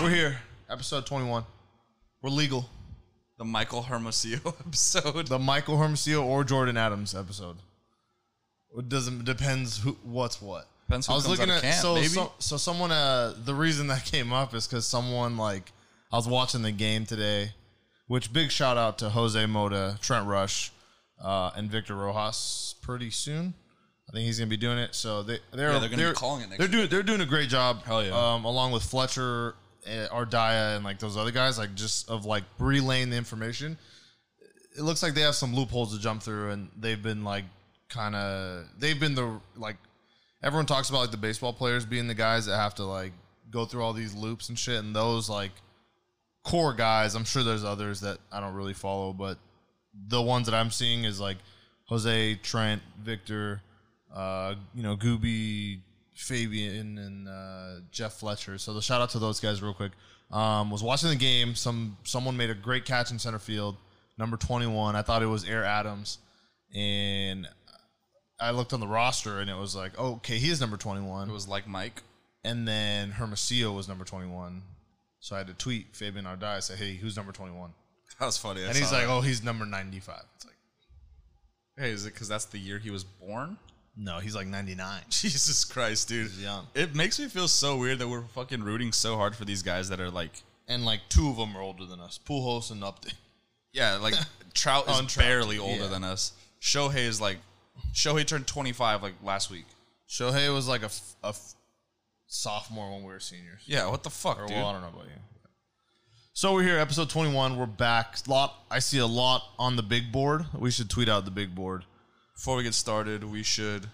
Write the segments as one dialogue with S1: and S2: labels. S1: We're here. Episode 21. We're legal.
S2: The Michael Hermosillo episode.
S1: The Michael Hermosillo or Jordan Adams episode. It doesn't depends who what's what.
S2: Depends who
S1: I was
S2: comes
S1: looking at
S2: out of camp,
S1: so,
S2: baby.
S1: so so someone uh the reason that came up is because someone like I was watching the game today, which big shout out to Jose Moda, Trent Rush, uh, and Victor Rojas pretty soon. I think he's gonna be doing it. So they they're
S2: Yeah, they're gonna be calling it next
S1: They're doing they're doing a great job.
S2: Hell yeah.
S1: Um, along with Fletcher, eh, Ardaya, and like those other guys, like just of like relaying the information it looks like they have some loopholes to jump through, and they've been like kind of they've been the like everyone talks about like the baseball players being the guys that have to like go through all these loops and shit, and those like core guys. I'm sure there's others that I don't really follow, but the ones that I'm seeing is like Jose, Trent, Victor, uh, you know, Gooby, Fabian, and uh, Jeff Fletcher. So the shout out to those guys real quick. Um, was watching the game. Some someone made a great catch in center field, number 21. I thought it was Air Adams, and I looked on the roster and it was like, oh, okay, he is number 21
S2: It was like Mike.
S1: and then Hermosillo was number 21. So I had to tweet Fabian Ardai, say, hey, who's number 21?
S2: That was funny. I
S1: And he's
S2: saw
S1: like,
S2: that.
S1: oh, he's number 95. It's like,
S2: hey, is it because that's the year he was born?
S1: no, he's like 99.
S2: Jesus Christ, dude.
S1: He's young.
S2: It makes me feel so weird that we're fucking rooting so hard for these guys that are like,
S1: And like two of them are older than us Pujols and Upton.
S2: yeah, like Trout is
S1: On Trout,
S2: barely older
S1: yeah.
S2: than us. Shohei is like, Shohei turned 25 like last week.
S1: Shohei was like a, f- a f- sophomore when we were seniors.
S2: Yeah, what the fuck,
S1: Or,
S2: dude?
S1: well, I don't know about you. So we're here, episode 21. We're back. Lot, I see a lot on the big board. We should tweet out the big board.
S2: Before we get started, we should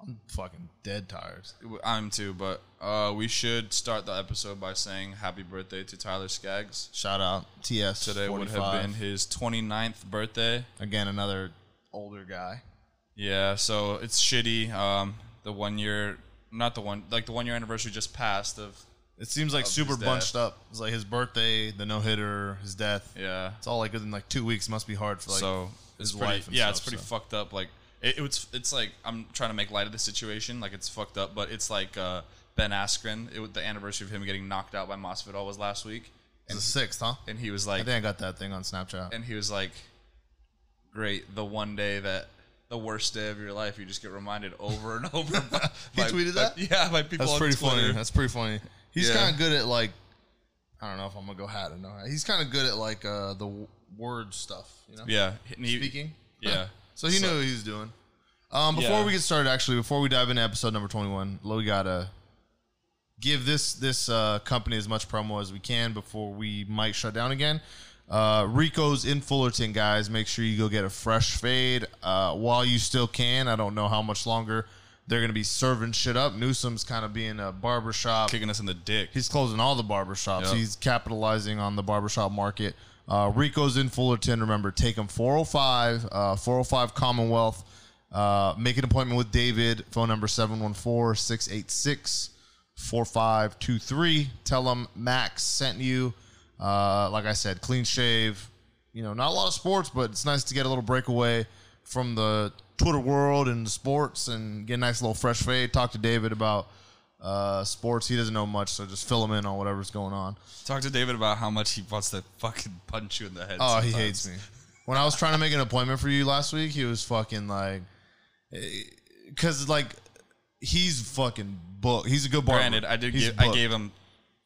S1: I'm fucking dead tired.
S2: I'm too, but uh, we should start the episode by saying happy birthday to Tyler Skaggs.
S1: Shout out TS.
S2: Today would have
S1: 45.
S2: been his 29th birthday.
S1: again another older guy.
S2: Yeah, so it's shitty. Um, the one year, not the one, like the one year anniversary just passed of,
S1: It seems like super
S2: his death.
S1: bunched up. It's like his birthday, the no hitter, his death.
S2: yeah.
S1: It's all like within like two weeks. Must be hard for like
S2: so
S1: his
S2: it's pretty,
S1: wife and
S2: yeah,
S1: stuff,
S2: it's pretty
S1: so.
S2: fucked up. Like it, it was, it's like I'm trying to make light of the situation. Like it's fucked up, but it's like uh, Ben Askren. It was the anniversary of him getting knocked out by Masvidal was last week,
S1: it's the sixth, huh?
S2: and he was
S1: I
S2: like,
S1: think I got that thing on Snapchat.
S2: and he was like, "Great, the one day that the worst day of your life, you just get reminded over and over." By,
S1: He
S2: by-
S1: tweeted that?
S2: yeah, by people.
S1: That's
S2: on
S1: pretty
S2: Twitter.
S1: funny. That's pretty funny. He's
S2: Yeah.
S1: kind of good at like I don't know if I'm gonna go hat or not. He's kind of good at like uh, the w- word stuff. You know,
S2: yeah, and he-
S1: speaking.
S2: Yeah,
S1: So he knew what he was doing. Um, before
S2: Yeah.
S1: we get started, actually, before we dive into episode number twenty-one, we gotta give this this uh, company as much promo as we can before we might shut down again. Uh, Rico's in Fullerton, guys. Make sure you go get a fresh fade uh, while you still can. I don't know how much longer they're gonna be serving shit up. Newsom's kind of being a barbershop
S2: kicking us in the dick.
S1: He's closing all the barbershops.
S2: Yep.
S1: He's capitalizing on the barbershop market. Uh, Rico's in Fullerton. Remember, take him 405, uh, 405 Commonwealth. Uh, make an appointment with David. Phone number 714 686 4523. Tell him Max sent you. Uh, like I said, clean shave. You know, not a lot of sports, but it's nice to get a little breakaway from the Twitter world and the sports and get a nice little fresh fade. Talk to David about uh, sports. He doesn't know much, so just fill him in on whatever's going on.
S2: Talk to David about how much he wants to fucking punch you in the head.
S1: Oh, he
S2: sometimes.
S1: hates me. When I was trying to make an appointment for you last week, he was fucking like, because like he's fucking booked. He's a good barber.
S2: Granted, I did.
S1: He's
S2: Give, I
S1: booked.
S2: gave him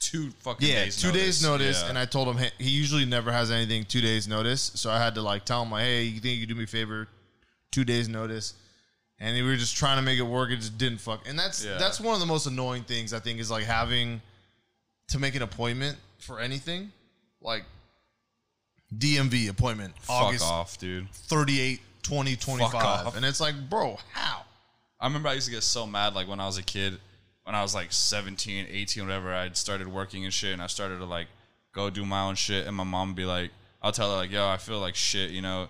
S2: two fucking
S1: yeah
S2: days.
S1: two
S2: notice.
S1: days notice,
S2: Yeah.
S1: and I told him hey, he usually never has anything two days notice, so I had to like tell him like, hey, you think you could do me a favor, two days notice. And we were just trying to make it work. It just didn't fuck. And that's
S2: Yeah.
S1: that's one of the most annoying things I think is like having to make an appointment for anything, like DMV appointment
S2: fuck
S1: August
S2: off, dude.
S1: 38 20 25
S2: off.
S1: and it's like bro how
S2: I remember I used to get so mad like when I was a kid, when I was like 17, 18, whatever, I'd started working and shit and I started to like go do my own shit and my mom would be like, I'll tell her like, yo, I feel like shit, you know?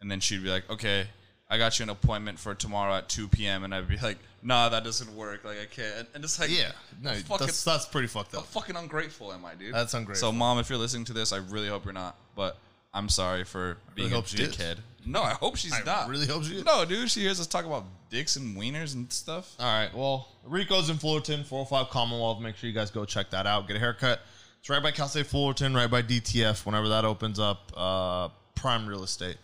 S2: And then she'd be like, Okay, I got you an appointment for tomorrow at two PM and I'd be like, Nah, that doesn't work. Like I can't and, and it's like
S1: yeah no
S2: how fucking,
S1: that's that's pretty fucked
S2: how
S1: up
S2: fucking ungrateful am I, dude?
S1: That's ungrateful.
S2: So mom, if you're listening to this, I really hope you're not. But I'm sorry for being a
S1: hope she is.
S2: dickhead. No, I hope she's
S1: I
S2: not.
S1: really hope she is.
S2: No, dude, she hears us talk about dicks and wieners and stuff.
S1: All right. Well, Rico's in Fullerton, 405 Commonwealth. Make sure you guys go check that out. Get a haircut. It's right by Cal State Fullerton, right by DTF. Whenever that opens up, uh, prime real estate.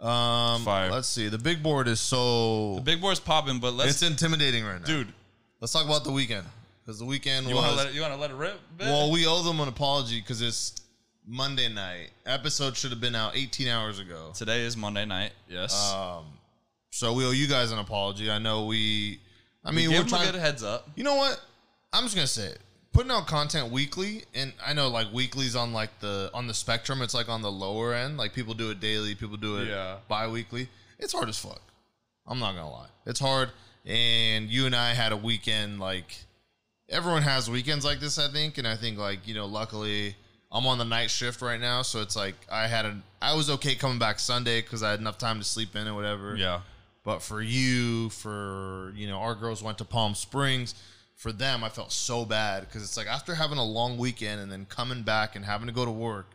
S1: Um,
S2: Fire.
S1: Let's see. The big board is so
S2: Big boy's popping, but let's,
S1: it's intimidating right now.
S2: dude.
S1: let's talk about the weekend because the weekend
S2: You want to
S1: was
S2: let it, you want to let it rip? Ben?
S1: well, we owe them an apology because it's Monday night. Episode should have been out 18 hours ago.
S2: today is Monday night. Yes,
S1: Um, so we owe you guys an apology. I know we. I mean,
S2: give
S1: we are
S2: him a
S1: trying.
S2: good heads up.
S1: You know what? I'm just gonna say it. Putting out content weekly, and I know like weekly's on like the on the spectrum. It's like on the lower end. Like people do it daily, people do it
S2: Yeah.
S1: bi-weekly. It's hard as fuck. I'm not gonna lie. It's hard. And you and I had a weekend like everyone has weekends like this, I think. And I think like you know, luckily I'm on the night shift right now, so it's like I had an I was okay coming back Sunday because I had enough time to sleep in and whatever.
S2: Yeah,
S1: But for you, for you know, our girls went to Palm Springs. For them, I felt so bad because it's like after having a long weekend and then coming back and having to go to work,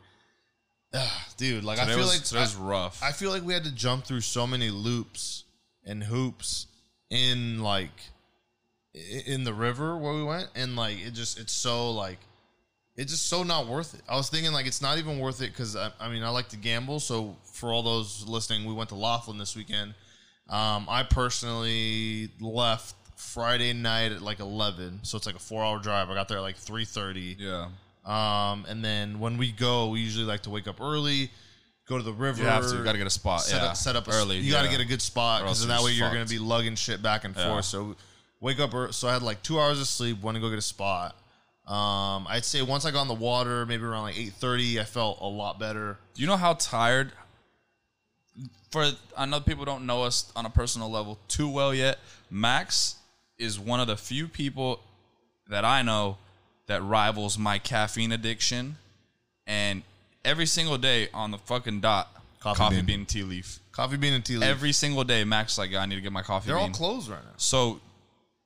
S1: ah, dude. Like
S2: today
S1: I feel
S2: was
S1: like
S2: today was rough.
S1: I feel like we had to jump through so many loops and hoops in like i- in the river where we went, and like it just it's so like it's just so not worth it. I was thinking like it's not even worth it because I, I mean I like to gamble. So for all those listening, we went to Laughlin this weekend. Um, I personally left Friday night at like eleven, so it's like a four-hour drive. I got there at like three thirty.
S2: yeah,
S1: Um, and then when we go, we usually like to wake up early, go to the river.
S2: you have to. You got to get a spot.
S1: set
S2: yeah,
S1: up set up a,
S2: early.
S1: You got to
S2: yeah.
S1: get a good spot
S2: Or else
S1: because
S2: you're
S1: that way you're
S2: fucked.
S1: going to be lugging shit back and
S2: Yeah.
S1: forth. So wake up. ear- So I had like two hours of sleep. Went to go get a spot. Um, I'd say once I got on the water, maybe around like eight thirty, I felt a lot better.
S2: Do you know how tired? For I know people don't know us on a personal level too well yet. Max is one of the few people that I know that rivals my caffeine addiction, and every single day on the fucking dot,
S1: Coffee
S2: coffee,
S1: bean.
S2: bean. tea leaf.
S1: Coffee bean and tea leaf.
S2: Every single day, Max like I need to get my coffee.
S1: they're all
S2: bean.
S1: closed right now.
S2: So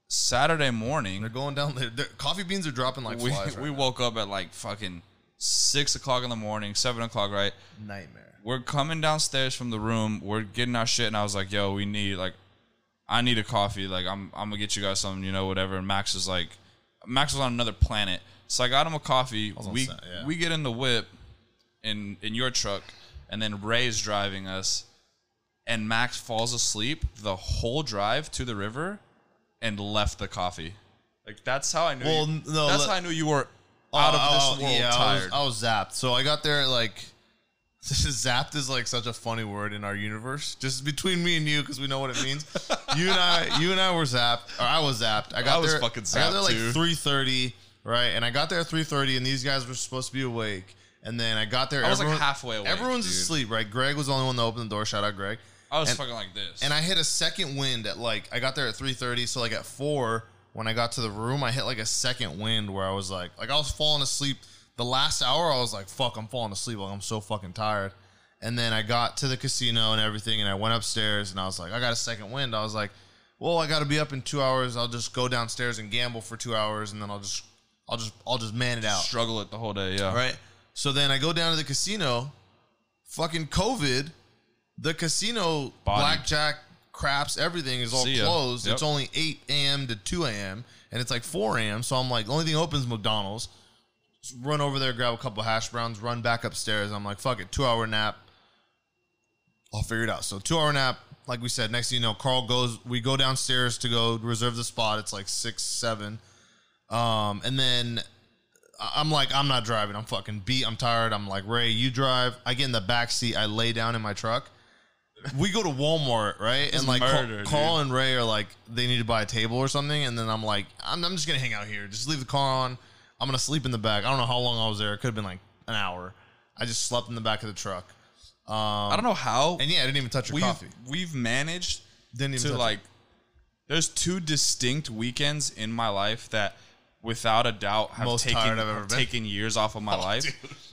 S2: Saturday morning,
S1: They're going down. They're, they're- coffee beans are dropping like
S2: we
S1: flies.
S2: we
S1: right
S2: woke up at like fucking six o'clock in the morning, seven o'clock, right?
S1: now. nightmare.
S2: we're coming downstairs from the room. We're getting our shit, and I was like, "Yo, we need like, I need a coffee. Like, I'm I'm gonna get you guys something, you know, whatever." And Max is like, Max was on another planet, so I got him a coffee.
S1: on
S2: We
S1: set, yeah.
S2: we get in the whip, in in your truck, and then Ray's driving us, and Max falls asleep the whole drive to the river, and left the coffee. Like that's how I knew.
S1: Well,
S2: you,
S1: n- no,
S2: that's
S1: let-
S2: how I knew you were
S1: Oh,
S2: out of
S1: oh,
S2: this world
S1: yeah, I was-
S2: tired.
S1: I was, zapped. So I got there at like zapped is like such a funny word in our universe. Just between me and you, because we know what it means. you and I, you and I were zapped, or I was zapped. I got
S2: I was
S1: there,
S2: fucking
S1: I got there
S2: zapped,
S1: like
S2: too.
S1: three thirty, right? And I got there at three thirty, and these guys were supposed to be awake. And then I got there.
S2: I was, like, halfway awake,
S1: Everyone's
S2: dude.
S1: asleep, right? Greg was the only one that opened the door. Shout out, Greg.
S2: I was
S1: and-
S2: fucking like this.
S1: And I hit a second wind at like I got there at three thirty, so like at four when I got to the room, I hit like a second wind where I was like, like I was falling asleep. The last hour, I was like, fuck, I'm falling asleep. Like I'm so fucking tired. And then I got to the casino and everything, and I went upstairs and I was like, I got a second wind. I was like, well, I got to be up in two hours. I'll just go downstairs and gamble for two hours, and then I'll just, I'll just, I'll just man it out.
S2: struggle it the whole day. Yeah.
S1: Right. So then I go down to the casino, fucking COVID, the casino
S2: Body.
S1: blackjack craps everything is all
S2: See ya.
S1: closed.
S2: Yep.
S1: It's only 8 a.m. to 2 a.m. and it's like 4 a.m. So I'm like, the only thing open is McDonald's. Just run over there, grab a couple hash browns, run back upstairs. I'm like, fuck it, two hour nap. I'll figure it out. So two hour nap, like we said. Next thing you know, Carl goes. We go downstairs to go reserve the spot. It's like six, seven, um, and then I- I'm like, I'm not driving. I'm fucking beat. I'm tired. I'm like, Ray, you drive. I get in the back seat. I lay down in my truck. We go to Walmart, right? and like, Carl-
S2: murder, dude.
S1: Carl and Ray are like, they need to buy a table or something. And then I'm like, I'm, I'm just gonna hang out here. Just leave the car on. I'm gonna sleep in the back. I don't know how long I was there. It could have been like an hour. I just slept in the back of the truck. Um,
S2: I don't know how
S1: And yeah, I didn't even touch your
S2: we've
S1: coffee.
S2: we've managed
S1: Didn't even
S2: to
S1: touch
S2: like. There's two distinct weekends in my life that, without a doubt, have
S1: Most
S2: taken
S1: tired I've ever
S2: have
S1: been.
S2: taken years off of my life.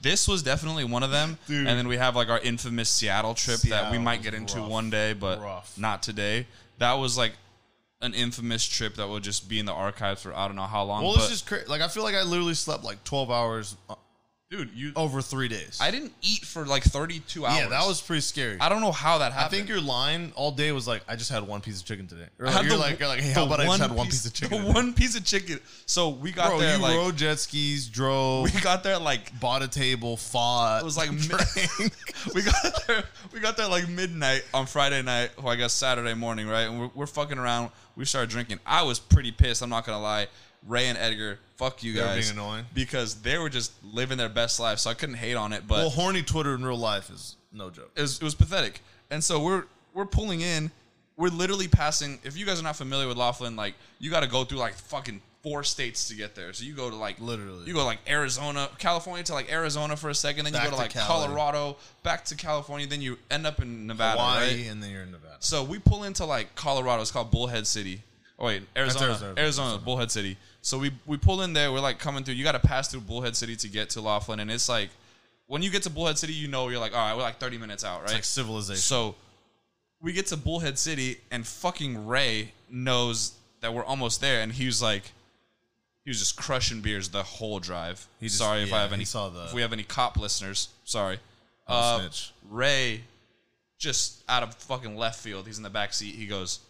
S2: This was definitely one of them. And then we have like our infamous Seattle trip that we
S1: Seattle
S2: might
S1: was
S2: get into
S1: rough.
S2: one day, but
S1: Rough.
S2: not today. That was like an infamous trip that will just be in the archives for I don't know how long.
S1: Well,
S2: but
S1: this is crazy. Like, I feel like I literally slept like 12 hours uh,
S2: dude. You,
S1: over three days.
S2: I didn't eat for like 32 hours.
S1: yeah, that was pretty scary.
S2: I don't know how that
S1: I
S2: happened.
S1: think your line all day was like, I just had one piece of chicken today. Or
S2: I
S1: like,
S2: had
S1: you're,
S2: the-
S1: like, you're like, hey,
S2: the
S1: how about I just had one piece of chicken?
S2: The
S1: today?
S2: one piece of chicken. So we got
S1: Bro,
S2: there
S1: you
S2: like
S1: rode jet skis, drove,
S2: we got there like
S1: bought a table, fought.
S2: it was like mi-
S1: drank.
S2: we got there we got there like midnight on Friday night, or I guess Saturday morning, right? And we're, we're fucking around. We started drinking. I was pretty pissed. I'm not gonna lie. Ray and Edgar, fuck you
S1: were
S2: guys,
S1: being annoying.
S2: because they were just living their best life. So I couldn't hate on it, but
S1: well, horny Twitter in real life is no joke.
S2: it was it was pathetic. And so we're we're pulling in. We're literally passing. If you guys are not familiar with Laughlin, like you got to go through like fucking four states to get there. So you go to like
S1: Literally.
S2: you go like Arizona, California to like Arizona for a second, then
S1: Back
S2: you go
S1: to
S2: to like
S1: Cali.
S2: Colorado, back to California, then you end up in Nevada,
S1: Hawaii,
S2: right?
S1: and then you're in Nevada.
S2: So we pull into like Colorado. It's called Bullhead City. Oh wait, Arizona,
S1: Arizona.
S2: Arizona, Bullhead City. So we we pull in there. We're like coming through. You got to pass through Bullhead City to get to Laughlin, and it's like when you get to Bullhead City, you know you're like, all right, we're like 30 minutes out, right?
S1: It's like civilization.
S2: So we get to Bullhead City, and fucking Ray knows that we're almost there, and he was like, he was just crushing beers the whole drive.
S1: He just-
S2: sorry if
S1: yeah,
S2: I have
S1: he
S2: any.
S1: saw the- Oh,
S2: if we have any cop listeners, sorry.
S1: I'll
S2: Uh,
S1: snitch.
S2: Ray, just out of fucking left field, he's in the back seat. He goes,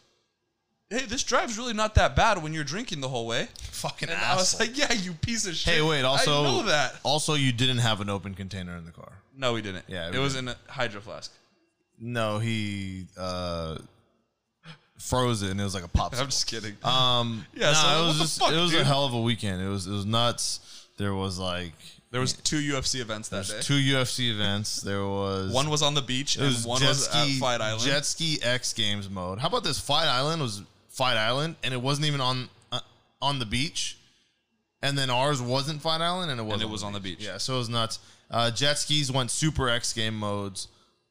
S2: "Hey, this drive's really not that bad when you're drinking the whole way."
S1: Fucking
S2: And
S1: asshole.
S2: I was like, "Yeah, you piece of shit."
S1: hey, wait. Also,
S2: I know that.
S1: also, you didn't have an open container in the car.
S2: No, we didn't.
S1: Yeah,
S2: it
S1: we
S2: was in a hydro flask.
S1: No, he uh, froze it, and it was like a popsicle.
S2: I'm just kidding.
S1: Um,
S2: Yeah,
S1: no,
S2: so
S1: it
S2: what
S1: was
S2: the
S1: just
S2: fuck,
S1: it was a
S2: dude?
S1: hell of a weekend. It was it was nuts. There was like
S2: There was two UFC events that day.
S1: two UFC events. There was
S2: One was on the beach
S1: it
S2: and
S1: was
S2: one
S1: jet
S2: was at
S1: ski
S2: Fight Island.
S1: jet ski X Games mode. How about this? Fight Island was Fight Island, and it wasn't even on uh, on the beach. And then ours wasn't Fight Island, and it was
S2: it was on the beach.
S1: Yeah, so it was nuts. Uh, jet skis went super X Game modes.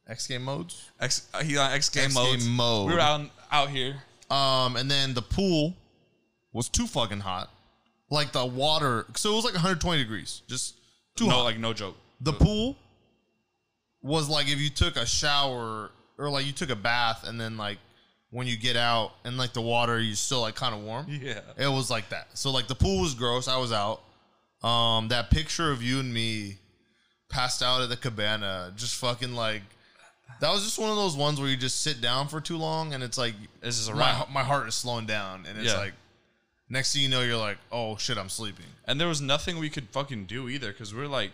S1: X Game modes.
S2: X, uh, he on X Game
S1: X
S2: modes.
S1: Game mode.
S2: We were out out here.
S1: Um, and then the pool was too fucking hot. Like the water, so it was like 120 degrees. Just too
S2: no,
S1: hot.
S2: like no joke.
S1: the pool was like if you took a shower or like you took a bath, and then like when you get out and like the water, you're still like kind of warm.
S2: Yeah.
S1: It was like that. So like the pool was gross. I was out. Um, that picture of you and me passed out at the cabana, just fucking like that was just one of those ones where you just sit down for too long and it's like
S2: This is a
S1: my,
S2: wrap.
S1: my heart is slowing down and it's
S2: Yeah.
S1: like next thing you know you're like oh shit i'm sleeping
S2: And there was nothing we could fucking do either because we're like,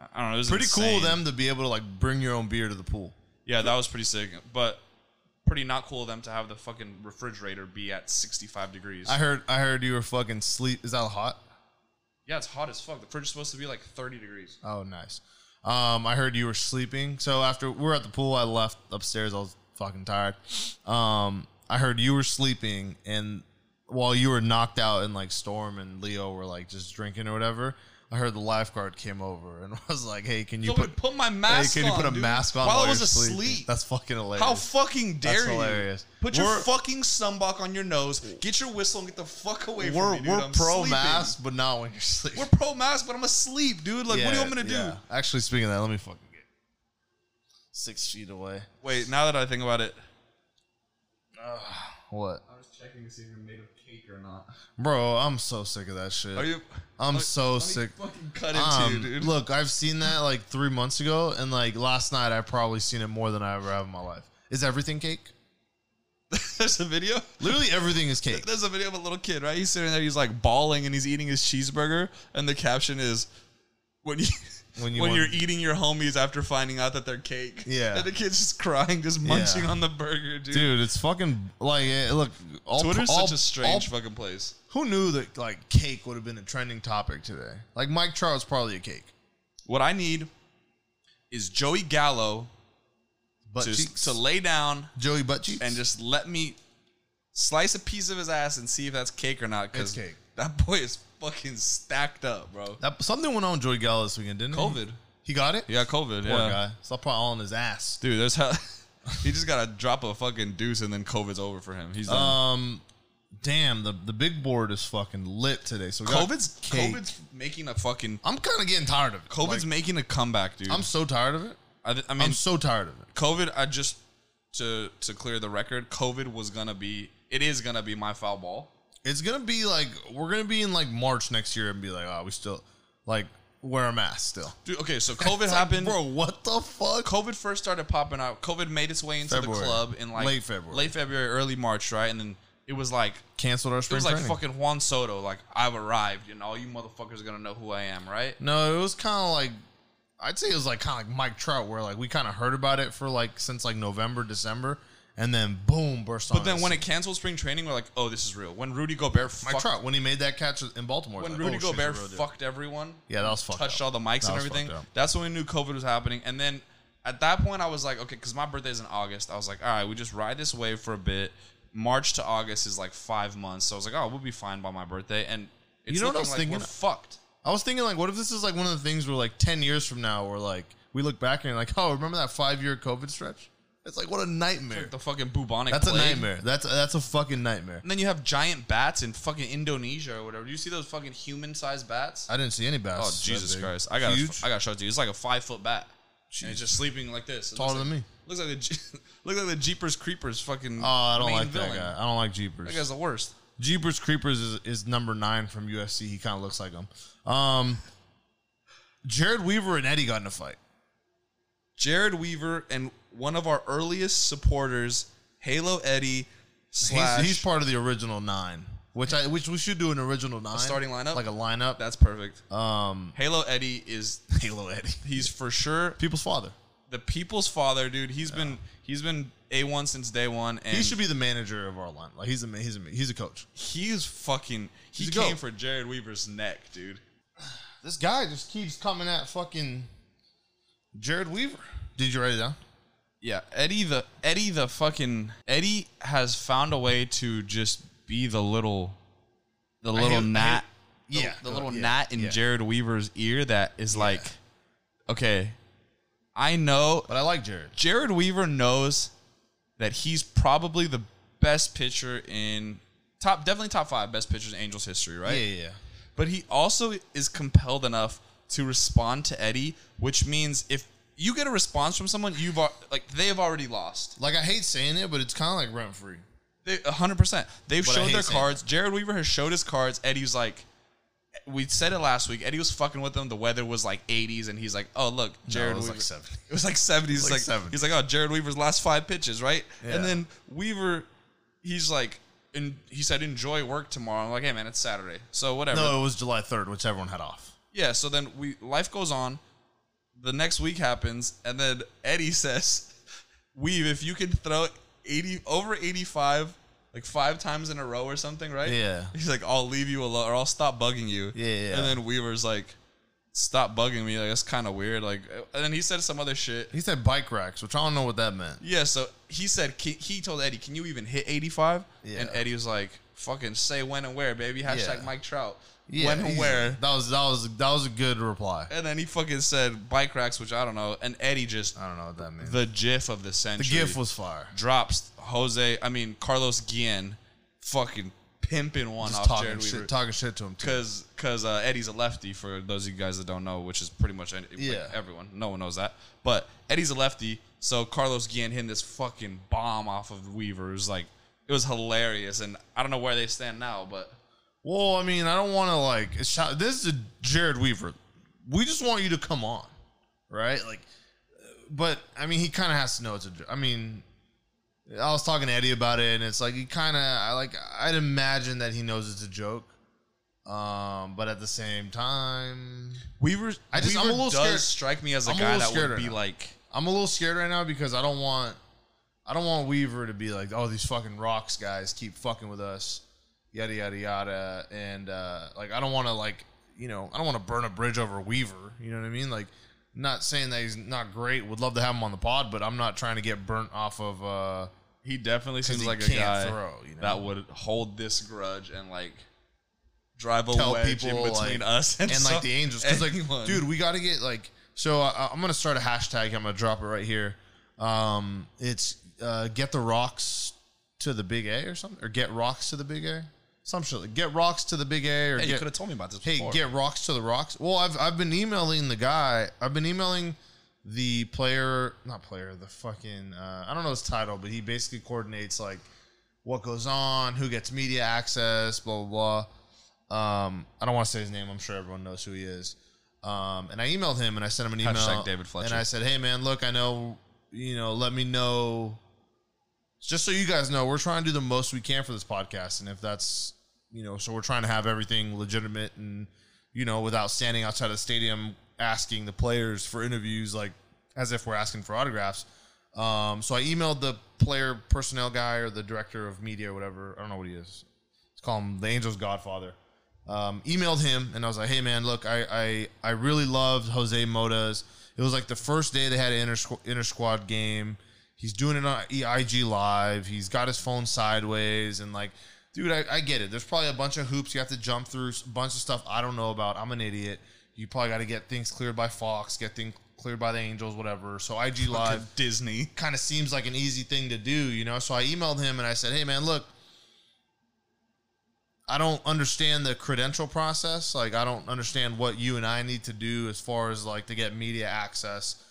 S2: I- I don't know. It was
S1: pretty cool
S2: insane.
S1: of them to be able to like bring your own beer to the pool
S2: Yeah, that was pretty sick. But pretty not cool of them to have the fucking refrigerator be at 65 degrees.
S1: i heard i heard you were fucking sleep is that hot
S2: yeah, it's hot as fuck. The fridge is supposed to be like 30 degrees.
S1: oh nice um i heard you were sleeping so after we were at the pool i left upstairs i was fucking tired um i heard you were sleeping and while you were knocked out and like storm and leo were like just drinking or whatever i heard the lifeguard came over and was like hey can you
S2: You
S1: put
S2: put, put my
S1: Hey,
S2: mask
S1: can you
S2: on,
S1: put a
S2: dude,
S1: mask on
S2: while,
S1: while
S2: I was
S1: you're sleeping?
S2: asleep?
S1: That's fucking hilarious.
S2: How fucking dare
S1: That's
S2: you?
S1: hilarious.
S2: Put your
S1: We're-
S2: fucking sunblock on your nose. Get your whistle and get the fuck away
S1: we're
S2: from me, dude.
S1: we're
S2: I'm
S1: pro
S2: sleeping.
S1: mask, but not when you're sleeping.
S2: We're pro mask, but I'm asleep, dude. Like, what do you want me to do?
S1: Actually, speaking of that, let me fucking get six feet away.
S2: Wait, now that I think about it,
S1: What,
S2: I was checking to see if you're made of cake or not.
S1: bro? I'm so sick of that shit.
S2: Are you?
S1: I'm
S2: Let-
S1: so
S2: let me
S1: sick.
S2: Fucking cut into
S1: Um,
S2: you, dude.
S1: Look, I've seen that like three months ago, and like last night, I've probably seen it more than I ever have in my life. Is everything cake?
S2: There's a video.
S1: Literally, everything is cake.
S2: There's a video of a little kid, right? He's sitting there, he's like bawling, and he's eating his cheeseburger, and the caption is, "When you."
S1: When
S2: When,
S1: you
S2: you
S1: want-
S2: are eating your homies after finding out that they're cake,
S1: Yeah.
S2: and the kid's just crying, just munching on the burger, dude.
S1: Dude, it's fucking like eh, look. All,
S2: Twitter's
S1: all-
S2: such a
S1: all
S2: strange fucking place.
S1: Who knew that like cake would have been a trending topic today? Like Mike Trout's probably a cake,
S2: What I need is Joey Gallo
S1: but
S2: to,
S1: cheeks.
S2: to lay down
S1: Joey butt cheeks
S2: and just let me slice a piece of his ass and see if that's cake or not.
S1: It's
S2: Because
S1: cake.
S2: that boy is fucking stacked up, bro.
S1: that, something went on with Joey Gallo this weekend, didn't it?
S2: COVID.
S1: He got it.
S2: He got COVID.
S1: Poor guy. Stop probably all in his ass.
S2: Dude, there's hell. he just got to drop a fucking deuce and then COVID's over for him. He's done.
S1: Um, damn the the big board is fucking lit today. So we Uh, got
S2: COVID's
S1: cake.
S2: COVID's making a fucking
S1: I'm kind of getting tired of it. Like,
S2: COVID's making a comeback, dude.
S1: I'm so tired of it.
S2: I, th- I mean,
S1: I'm so tired of it.
S2: COVID, I just to to clear the record, COVID was gonna be it is gonna be my foul ball.
S1: It's gonna be "Ah, like we're gonna be in like March next year and be like, oh, we still like wear a mask still.
S2: Dude, okay, so COVID
S1: It's like,
S2: happened.
S1: bro. What the fuck?
S2: COVID first started popping out. COVID made its way into
S1: February.
S2: the club in like
S1: Late February.
S2: late February, early March, right? And then it was like
S1: Cancelled our
S2: it
S1: spring
S2: was like
S1: training.
S2: fucking Juan Soto, like I've arrived, and all you motherfuckers are gonna know who I am, right?
S1: no, it was kind of like I'd say it was like kind of like Mike Trout, where like we kind of heard about it for like since like November, December, and then boom, burst on.
S2: But then
S1: us.
S2: when it canceled spring training, we're like, oh, this is real. When Rudy Gobert
S1: Mike
S2: fucked,
S1: Trout when he made that catch in Baltimore,
S2: when
S1: like,
S2: Rudy
S1: oh, shit,
S2: Gobert
S1: it's a real deal.
S2: fucked everyone,
S1: yeah, that was fucked.
S2: touched
S1: up.
S2: all the mics
S1: That
S2: and
S1: was
S2: everything.
S1: fucked up.
S2: That's when we knew COVID was happening. And then at that point, I was like, okay, because my birthday's in August. I was like, all right, we just ride this wave for a bit. March to August is like five months, so I was like, oh, we'll be fine by my birthday. And it's
S1: You know what I
S2: looking
S1: was
S2: like we're
S1: thinking?
S2: fucked.
S1: I was thinking like, what if this is like one of the things where like ten years from now, we're like we look back and you're like, oh, remember that five year COVID stretch? It's like what a nightmare.
S2: Like the fucking bubonic.
S1: That's a
S2: plague.
S1: nightmare. That's that's a fucking nightmare.
S2: And then you have giant bats in fucking Indonesia or whatever. Do you see those fucking human-sized bats?
S1: I didn't see any bass.
S2: Oh
S1: that
S2: Jesus
S1: big.
S2: Christ! I got
S1: huge.
S2: I got shot to you. It's like a five foot bat. And
S1: Jeez.
S2: it's just sleeping like this. It
S1: Taller
S2: looks
S1: than
S2: like-
S1: me.
S2: Looks like the Je- looks like the Jeepers Creepers fucking.
S1: oh, I don't
S2: main
S1: like
S2: villain.
S1: that guy. I don't like Jeepers.
S2: That guy's the worst.
S1: Jeepers Creepers is, is number nine from UFC. He kind of looks like him. Um, Jared Weaver and Eddie got in a fight.
S2: Jared Weaver and one of our earliest supporters, Halo Eddie
S1: He's,
S2: slash.
S1: he's part of the original nine, which I which we should do an original nine
S2: starting lineup?
S1: like a lineup.
S2: that's perfect.
S1: um,
S2: Halo Eddie is
S1: Halo Eddie,
S2: he's for sure
S1: people's father.
S2: the people's father, dude. He's been he's been a one since day one, and
S1: He should be the manager of our line. Like he's a ma- he's a ma- he's a coach.
S2: he's fucking he
S1: He's a
S2: came
S1: goat.
S2: for Jared Weaver's neck, dude.
S1: This guy just keeps coming at fucking Jared Weaver. Did you write it down?
S2: Yeah, Eddie the Eddie the fucking Eddie has found a way to just be the little the little
S1: hate- I
S2: gnat
S1: hate-
S2: the-
S1: yeah,
S2: the,
S1: oh,
S2: little
S1: yeah,
S2: gnat in
S1: yeah.
S2: Jared Weaver's ear that is like okay, I know
S1: But I like Jared.
S2: Jared Weaver knows that he's probably the best pitcher in top definitely top 5 best pitchers in Angels history, right?
S1: Yeah, yeah, yeah.
S2: but he also is compelled enough to respond to Eddie, which means if you get a response from someone, you've al- like they've already lost.
S1: Like I hate saying it, but it's kind of like rent free.
S2: They, 100%. They've
S1: But I
S2: showed
S1: hate
S2: their
S1: saying
S2: cards. Jared Weaver has showed his cards. Eddie's like, we said it last week. Eddie was fucking with them. The weather was like 80s, and he's like, oh look, Jared
S1: was
S2: Weaver.
S1: like 70.
S2: It was like 70s.
S1: was
S2: Like,
S1: like 70.
S2: He's like, oh, Jared Weaver's last five pitches, right?
S1: Yeah.
S2: And then Weaver, he's like, and he said, enjoy work tomorrow. I'm like, hey man, it's Saturday, so whatever.
S1: No, it was July third, which everyone had off.
S2: Yeah, so then we life goes on. The next week happens, and then Eddie says, "Weave, if you can throw eighty over eighty-five, like five times in a row or something, right?"
S1: Yeah.
S2: He's like, "I'll leave you alone, or I'll stop bugging you."
S1: Yeah, yeah.
S2: And then Weaver's like, "Stop bugging me. Like that's kind of weird." Like, and then he said some other shit.
S1: He said bike racks, which I don't know what that meant.
S2: Yeah, so he said "Can- he told Eddie, "Can you even hit 85?"
S1: Yeah.
S2: And Eddie was like, "Fucking say when and where, baby." Hashtag
S1: Yeah.
S2: Mike Trout.
S1: Yeah,
S2: when and
S1: easy.
S2: where?
S1: That was that was that was a good reply.
S2: And then he fucking said bike racks, which I don't know. And Eddie just
S1: I don't know what that means. The,
S2: the GIF of the century.
S1: Uh, gif was fire.
S2: drops Jose. I mean Carlos Guillen, fucking pimping one
S1: Just
S2: off
S1: talking
S2: Jared
S1: shit,
S2: Weaver
S1: talking shit to him. Too.
S2: because because uh, Eddie's a lefty. For those of you guys that don't know, which is pretty much any, like,
S1: Yeah.
S2: everyone. No one knows that, but Eddie's a lefty. So Carlos Guillen hit this fucking bomb off of Weaver. It was like it was hilarious, and I don't know where they stand now, but
S1: Well, I mean, I don't want to like. Shout, this is a Jared Weaver. We just want you to come on, right? Like, uh, but I mean, he kind of has to know it's a. j- I mean, I was talking to Eddie about it, and it's like he kind of. I like. I'd imagine that he knows it's a joke, um, but at the same time,
S2: Weaver.
S1: I just- I'm a little
S2: does
S1: scared.
S2: Strike me as a
S1: I'm a
S2: guy
S1: little
S2: that
S1: scared
S2: would
S1: right
S2: be
S1: now.
S2: like.
S1: I'm a little scared right now because I don't want. I don't want Weaver to be like, oh, these fucking rocks guys keep fucking with us, yada yada yada, and uh, like I don't want to like you know I don't want to burn a bridge over Weaver. You know what I mean? Like, not saying that he's not great. Would love to have him on the pod, but I'm not trying to get burnt off of. Uh,
S2: He definitely seems
S1: he
S2: like a
S1: can't
S2: guy
S1: throw, you know?
S2: that would hold this grudge and like drive a
S1: Tell
S2: wedge
S1: people,
S2: in between
S1: like-
S2: us and,
S1: and like
S2: some-
S1: the Angels. Because
S2: anyone.
S1: like, dude, we got to get like. So I, I'm gonna start a hashtag. I'm gonna drop it right here. Um, it's uh, get the rocks to the Big A or something, or get rocks to the Big A. Some shit. like, Get rocks to the Big A, or
S2: hey, you
S1: get,
S2: could have told me about this.
S1: hey,
S2: before.
S1: get rocks to the rocks. Well, I've I've been emailing the guy. I've been emailing the player, not player, the fucking uh, I don't know his title, but he basically coordinates like what goes on, who gets media access, blah blah blah. Um, I don't want to say his name. I'm sure everyone knows who he is. Um, and I emailed him and I sent him an email.
S2: Hashtag David Fletcher.
S1: And I said, hey, man, look, I know, you know, let me know. Just so you guys know, we're trying to do the most we can for this podcast. And if that's, you know, so we're trying to have everything legitimate and, you know, without standing outside of the stadium asking the players for interviews, like as if we're asking for autographs. Um, so I emailed the player personnel guy or the director of media or whatever. I don't know what he is. Let's call him the Angels Godfather. Um, emailed him and I was like, "Hey man, look, I I, I really loved Jose Moda's. It was like the first day they had an inter inter squad game. He's doing it on EIG live. He's got his phone sideways and like, dude, I, I get it. There's probably a bunch of hoops you have to jump through, a bunch of stuff I don't know about. I'm an idiot. You probably got to get things cleared by Fox, get things cleared by the Angels, whatever. So IG live
S2: Disney.
S1: kind of seems like an easy thing to do, you know. So I emailed him and I said, "Hey man, look, I don't understand the credential process. Like I don't understand what you and I need to do as far as like to get media access."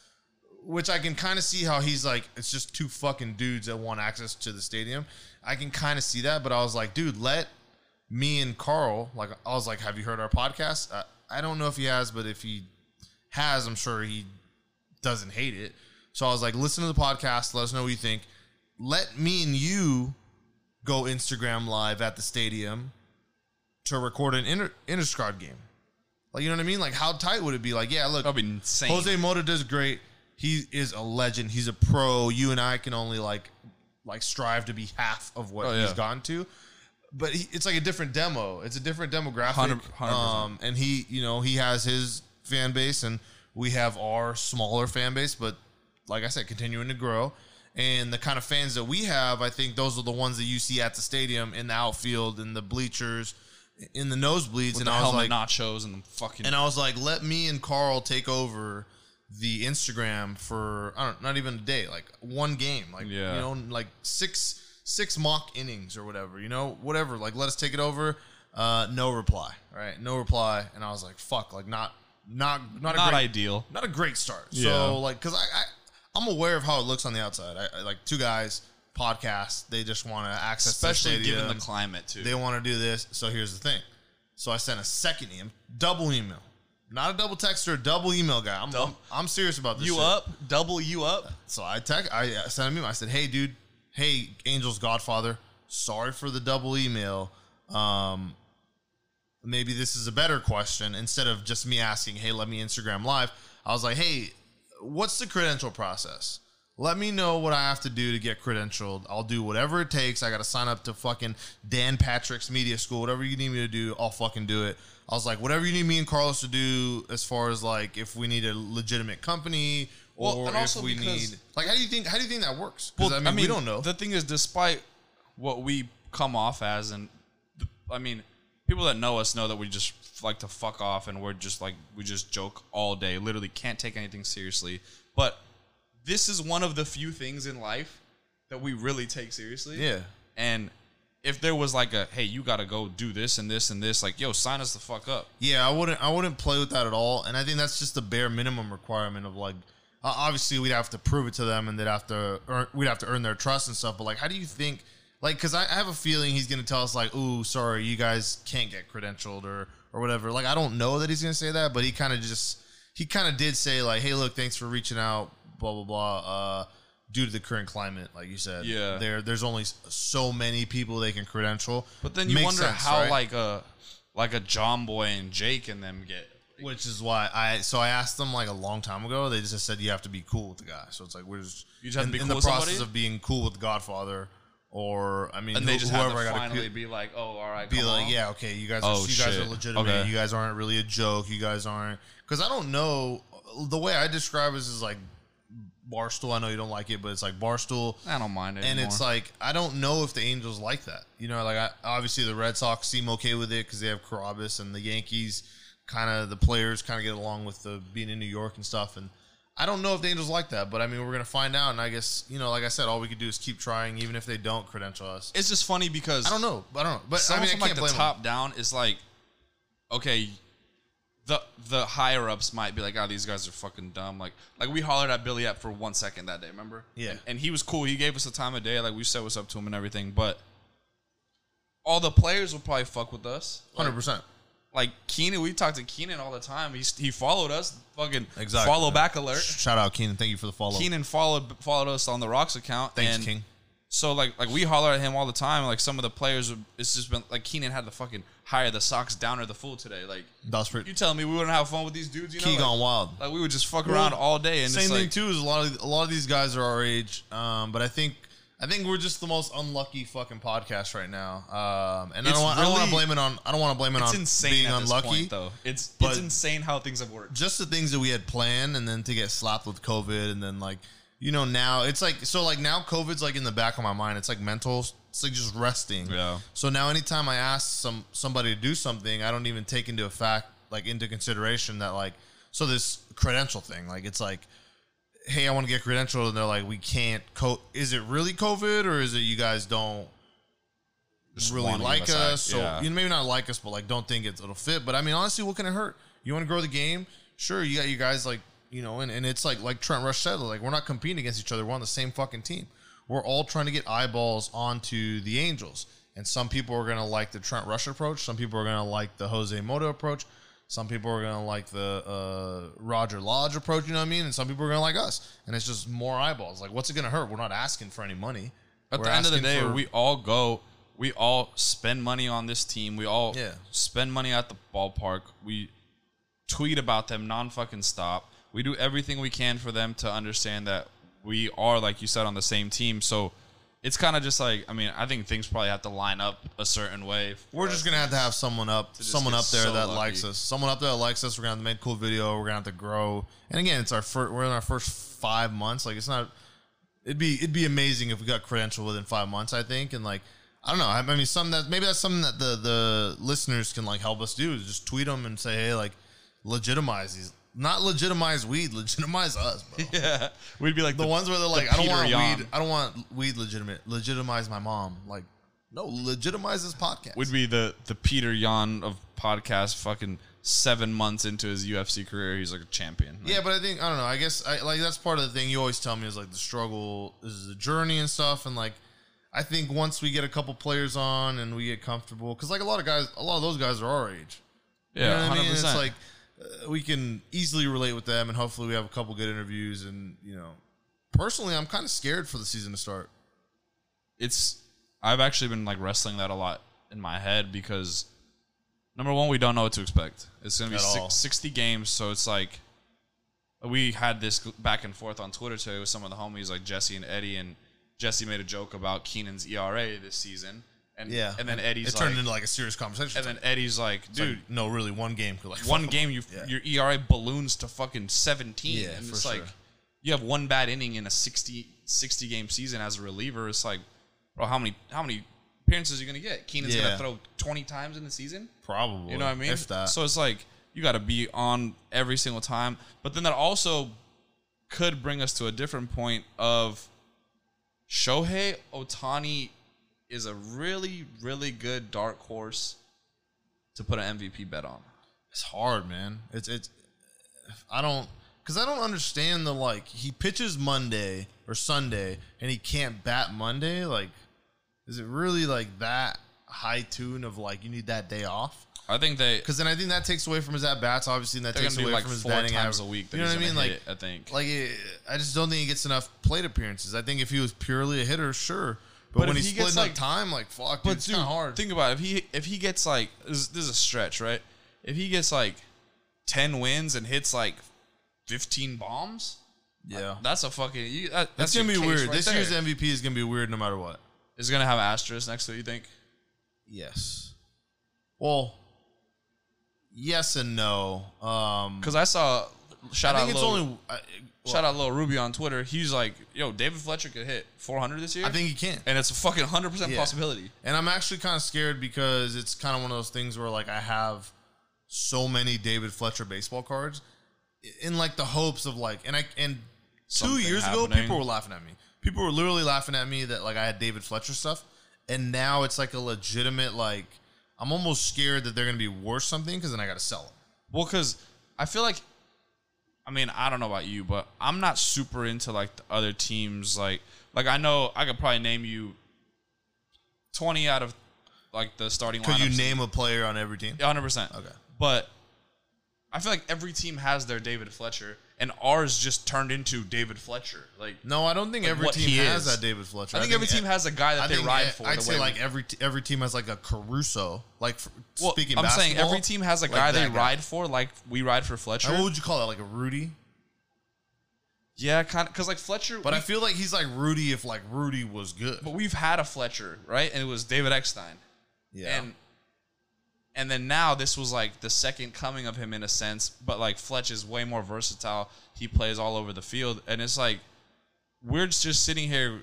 S1: Which I can kind of see how he's like, it's just two fucking dudes that want access to the stadium. I can kind of see that, but I was like, dude, let me and Carl, like, I was like, have you heard our podcast? Uh, I don't know if he has, but if he has, I'm sure he doesn't hate it. So I was like, listen to the podcast, let us know what you think. Let me and you go Instagram live at the stadium to record an inter- intersquad game. Like, you know what I mean? Like, how tight would it be? Like, yeah, look,
S2: That'd be insane.
S1: Jose Mota does great. He is a legend. He's a pro. You and I can only like like strive to be half of what
S2: Oh,
S1: he's
S2: yeah.
S1: gone to. But he, it's like a different demo. It's a different demographic.
S2: Hundred- hundred percent.
S1: Um, and he, you know, he has his fan base, and we have our smaller fan base. But like I said, continuing to grow. And the kind of fans that we have, I think those are the ones that you see at the stadium, in the outfield, in the bleachers, in the nosebleeds.
S2: With
S1: and
S2: the
S1: I was
S2: helmet
S1: like,
S2: nachos and the fucking.
S1: and I was like, let me and Carl take over the Instagram for I don't not even a day, like one game, like
S2: Yeah.
S1: you know, like six six mock innings or whatever, you know, whatever. Like let us take it over. Uh, no reply. All right, no reply. And I was like, fuck, like not not not a
S2: not
S1: great,
S2: ideal.
S1: not a great start.
S2: Yeah.
S1: So like, cause I, I I'm aware of how it looks on the outside. I, I like two guys podcast. They just want to access, the
S2: Especially given the
S1: stadium.
S2: climate, too.
S1: They want to do this. So here's the thing. So I sent a second email, double email, not a double text or a double email guy. I'm,
S2: Dub-
S1: I'm, I'm serious about this.
S2: you
S1: shit.
S2: up? Double you up?
S1: So I text, I uh, sent him email. I said, "Hey, dude. Hey, Angels Godfather. Sorry for the double email. Um, maybe this is a better question instead of just me asking, "Hey, let me Instagram live." I was like, "Hey, what's the credential process? Let me know what I have to do to get credentialed. I'll do whatever it takes. I got to sign up to fucking Dan Patrick's Media School. Whatever you need me to do, I'll fucking do it." I was like, "Whatever you need me and Carlos to do as far as like if we need a legitimate company
S2: Well,
S1: or
S2: and also
S1: if we
S2: because-
S1: need like how do you think how do you think that works? 'Cause, I, mean, we don't know.
S2: The thing is, despite what we come off as, and the, I mean, people that know us know that we just f- like to fuck off, and we're just like we just joke all day. Literally, can't take anything seriously. But this is one of the few things in life that we really take seriously.
S1: yeah.
S2: And if there was like a hey, you gotta go do this and this and this, like yo, sign us the fuck up.
S1: Yeah, I wouldn't. I wouldn't play with that at all. And I think that's just the bare minimum requirement of like. o- Obviously, we'd have to prove it to them, and they'd have to earn, we'd have to earn their trust and stuff. But like, how do you think? Like, because I, I have a feeling he's going to tell us like, "Ooh, sorry, you guys can't get credentialed or or whatever." Like, I don't know that he's going to say that, but he kind of just he kind of did say like, "Hey, look, thanks for reaching out." Blah blah blah. Uh, due to the current climate, like you said,
S2: Yeah.
S1: there there's only s- so many people they can credential.
S2: But then you
S1: Makes
S2: wonder
S1: sense,
S2: how
S1: right?
S2: like a like a John Boy and Jake and them get.
S1: Which is why I so I asked them like a long time ago. They just said you have to be cool with the guy. So it's like we're just
S2: You just have to
S1: in,
S2: be
S1: in
S2: cool
S1: the
S2: with
S1: process
S2: somebody?
S1: of being cool with Godfather, or I mean,
S2: And they
S1: who-
S2: just have
S1: whoever
S2: to
S1: I got
S2: finally
S1: to
S2: be like, oh, all right,
S1: be
S2: come
S1: like,
S2: on.
S1: yeah, okay, you guys, are,
S2: Oh,
S1: you guys are
S2: shit.
S1: legitimate.
S2: Okay.
S1: You guys aren't really a joke. You guys aren't because I don't know the way I describe this is like barstool. I know you don't like it, but it's like barstool.
S2: I don't mind it.
S1: And it's like I don't know if the Angels like that. You know, like I, obviously the Red Sox seem okay with it because they have Carabas and the Yankees. Kind of the players kind of get along with the being in New York and stuff. And I don't know if the Angels like that, but I mean we're gonna find out. And I guess you know, like I said, all we could do is keep trying, even if they don't credential us.
S2: it's just funny because
S1: I don't know. I don't know. But I
S2: someone
S1: mean, I
S2: from
S1: can't
S2: like the
S1: blame them.
S2: top down is like, okay, the the higher ups might be like, oh, these guys are fucking dumb. Like like we hollered at Billy Epp for one second that day, remember?
S1: Yeah.
S2: And, and he was cool. He gave us the time of day. Like we said what's up to him and everything, but. All the players will probably fuck with us. Like,
S1: Hundred percent.
S2: like Keenan, we talked to Keenan all the time. He's, he followed us. Fucking
S1: Exactly.
S2: follow back alert.
S1: Shout out Keenan. Thank you for the follow.
S2: Keenan followed followed us on the Rocks account.
S1: Thanks,
S2: and
S1: King.
S2: So like like we holler at him all the time. Like some of the players, it's just been like Keenan had to fucking hire the socks downer the fool today. Like
S1: That's pretty.
S2: you telling me we wouldn't have fun with these dudes? You know,
S1: Key
S2: like,
S1: gone wild.
S2: like we would just fuck around
S1: Well,
S2: all day and
S1: Same
S2: it's
S1: thing
S2: like,
S1: too is a lot of a lot of these guys are our age, um, but I think I think we're just the most unlucky fucking podcast right now. Um, and I
S2: It's
S1: don't, want, I don't want
S2: really-
S1: to blame it on I don't want to blame it
S2: It's
S1: on
S2: insane
S1: being
S2: at
S1: unlucky.
S2: this point, though. It's it's
S1: but-
S2: insane how things have worked.
S1: just the things that we had planned and then to get slapped with COVID and then like you know now it's like so like now COVID's like in the back of my mind. It's like mental it's like just resting.
S2: Yeah.
S1: So now anytime I ask some somebody to do something, I don't even take into a fact like into consideration that like so this credential thing, like it's like hey, I want to get credentialed and they're like we can't co is it really COVID or is it you guys don't really
S2: wanna give
S1: like
S2: us
S1: us,
S2: act-
S1: so
S2: yeah.
S1: you know, maybe not like us, but like don't think it's, it'll fit. But I mean, honestly, what can it hurt? You want to grow the game? Sure, you got you guys like you know, and, and it's like like Trent Rush said, like we're not competing against each other. We're on the same fucking team. We're all trying to get eyeballs onto the Angels, and some people are gonna like the Trent Rush approach. Some people are gonna like the Jose Moto approach. Some people are gonna like the uh, Roger Lodge approach. You know what I mean? And some people are gonna like us. And it's just more eyeballs. Like, what's it gonna hurt? We're not asking for any money.
S2: At
S1: We're
S2: the end of the
S1: asking
S2: day,
S1: for-
S2: we all go. We all spend money on this team. We all
S1: Yeah.
S2: spend money at the ballpark. We tweet about them non fucking stop. We do everything we can for them to understand that we are, like you said, on the same team. So it's kind of just like I mean, I think things probably have to line up a certain way. for
S1: We're
S2: us.
S1: just gonna have to have someone up,
S2: just
S1: someone
S2: get
S1: up there
S2: so
S1: that
S2: lucky.
S1: likes us. Someone up there that likes us. We're gonna have to make a cool video. We're gonna have to grow. And again, it's our first. We're in our first five months. Like it's not. It'd be it'd be amazing if we got credentialed within five months. I think. And like I don't know. I, I mean, some that maybe that's something that the the listeners can like help us do. Is just tweet them and say, hey, like legitimize these. Not legitimize weed. Legitimize us, bro.
S2: yeah. We'd be like
S1: The
S2: the,
S1: ones where they're like,
S2: the
S1: I don't
S2: Peter
S1: want
S2: Yan.
S1: weed. I don't want weed. Legitimate. Legitimize my mom. Like. No, legitimize this podcast.
S2: would be the the Peter Yan of podcast. Fucking seven months into his UFC career, he's like a champion. Like,
S1: Yeah, but I think I don't know. I guess I like that's part of the thing you always tell me is like the struggle is the journey and stuff, and like I think once we get a couple players on and we get comfortable, because like a lot of guys, a lot of those guys are our age. You know
S2: yeah,
S1: what I
S2: hundred
S1: mean? It's
S2: percent.
S1: like uh, we can easily relate with them, and hopefully we have a couple good interviews. And you know, personally, I'm kind of scared for the season to start.
S2: it's I've actually been like wrestling that a lot in my head because number one, we don't know what to expect. It's gonna be
S1: At all.
S2: six, sixty games, so it's like we had this back and forth on Twitter today with some of the homies like Jesse and Eddie, and Jesse made a joke about Keenan's ERA this season, and and then Eddie's
S1: it turned
S2: like,
S1: into like a serious conversation.
S2: and then Eddie's like,
S1: It's like,
S2: dude,
S1: no, really, one game could like
S2: one game you
S1: Yeah.
S2: your ERA balloons to fucking 17
S1: Yeah,
S2: and
S1: for
S2: it's like
S1: sure.
S2: you have one bad inning in a 60 60 game season as a reliever it's like bro how many how many appearances are you going to get Keenan's
S1: Yeah.
S2: going to throw 20 times in the season
S1: probably.
S2: you know what I mean?
S1: If that,
S2: So it's like you got to be on every single time. But then that also could bring us to a different point of Shohei Otani is a really, really good dark horse to put an MVP bet on.
S1: It's hard, man. It's it's. I don't because I don't understand the like he pitches Monday or Sunday and he can't bat Monday. Like, is it really like that high tune of like you need that day off?
S2: I think they
S1: Because then I think that takes away from his at bats, obviously, and that
S2: they're
S1: takes
S2: gonna do
S1: away
S2: like
S1: from his
S2: four
S1: batting
S2: times
S1: average.
S2: a week. That
S1: You know what I
S2: he's
S1: mean?
S2: gonna
S1: Like,
S2: hit it, I think.
S1: like it, I just don't think he gets enough plate appearances. I think if he was purely a hitter, sure. But,
S2: But
S1: when
S2: if
S1: he's
S2: he gets,
S1: splitting like,
S2: like-
S1: up time, like fuck, dude,
S2: but
S1: it's
S2: dude,
S1: kind of hard.
S2: think about it. if he if he gets like this, this is a stretch, right? If he gets like ten wins and hits like fifteen bombs,
S1: yeah,
S2: That's a fucking. You, that,
S1: that's
S2: that's
S1: gonna be
S2: your case
S1: weird.
S2: right
S1: this
S2: there.
S1: year's MVP is gonna be weird no matter what.
S2: is it gonna have asterisk next to it. You think?
S1: Yes. Well, yes and no. Um,
S2: Because I saw shout
S1: I
S2: out
S1: think it's
S2: Lil,
S1: only. I, well,
S2: shout out Lil Ruby on Twitter. He's like, yo, David Fletcher could hit 400 this year.
S1: I think he can.
S2: and it's a fucking 100 percent
S1: Yeah.
S2: possibility.
S1: And I'm actually kind of scared because it's kind of one of those things where like I have so many David Fletcher baseball cards in like the hopes of like and I and
S2: Something
S1: two years ago
S2: happening.
S1: people were laughing at me. People were literally laughing at me that like I had David Fletcher stuff, and now it's like a legitimate like I'm almost scared that they're gonna be worth something because then I gotta sell them.
S2: Well, because I feel like, I mean, I don't know about you, but I'm not super into like the other teams. Like, like I know I could probably name you 20 out of like the starting
S1: Could you
S2: lineups.
S1: name a player on every team?
S2: Yeah, 100%.
S1: Okay.
S2: But I feel like every team has their David Fletcher, and ours just turned into David Fletcher. Like,
S1: No, I don't think
S2: Like
S1: every
S2: what
S1: team
S2: he
S1: has
S2: is.
S1: that David Fletcher.
S2: I think every team has a guy that
S1: I
S2: they
S1: think
S2: ride
S1: I-
S2: for.
S1: I'd
S2: the
S1: say
S2: way
S1: like
S2: we-
S1: every t- every team has like a Caruso. Like for,
S2: Well,
S1: speaking,
S2: I'm saying
S1: basketball,
S2: every team has a
S1: like
S2: guy they
S1: that
S2: ride for, like we ride for Fletcher.
S1: Like, what would you call that? Like a Rudy?
S2: yeah, kind of. Because like Fletcher,
S1: But
S2: we-
S1: I feel like he's like Rudy if like Rudy was good.
S2: but we've had a Fletcher, right? And it was David Eckstein.
S1: Yeah.
S2: And and then now this was like the second coming of him in a sense, but like Fletch is way more versatile. He plays all over the field, and it's like we're just sitting here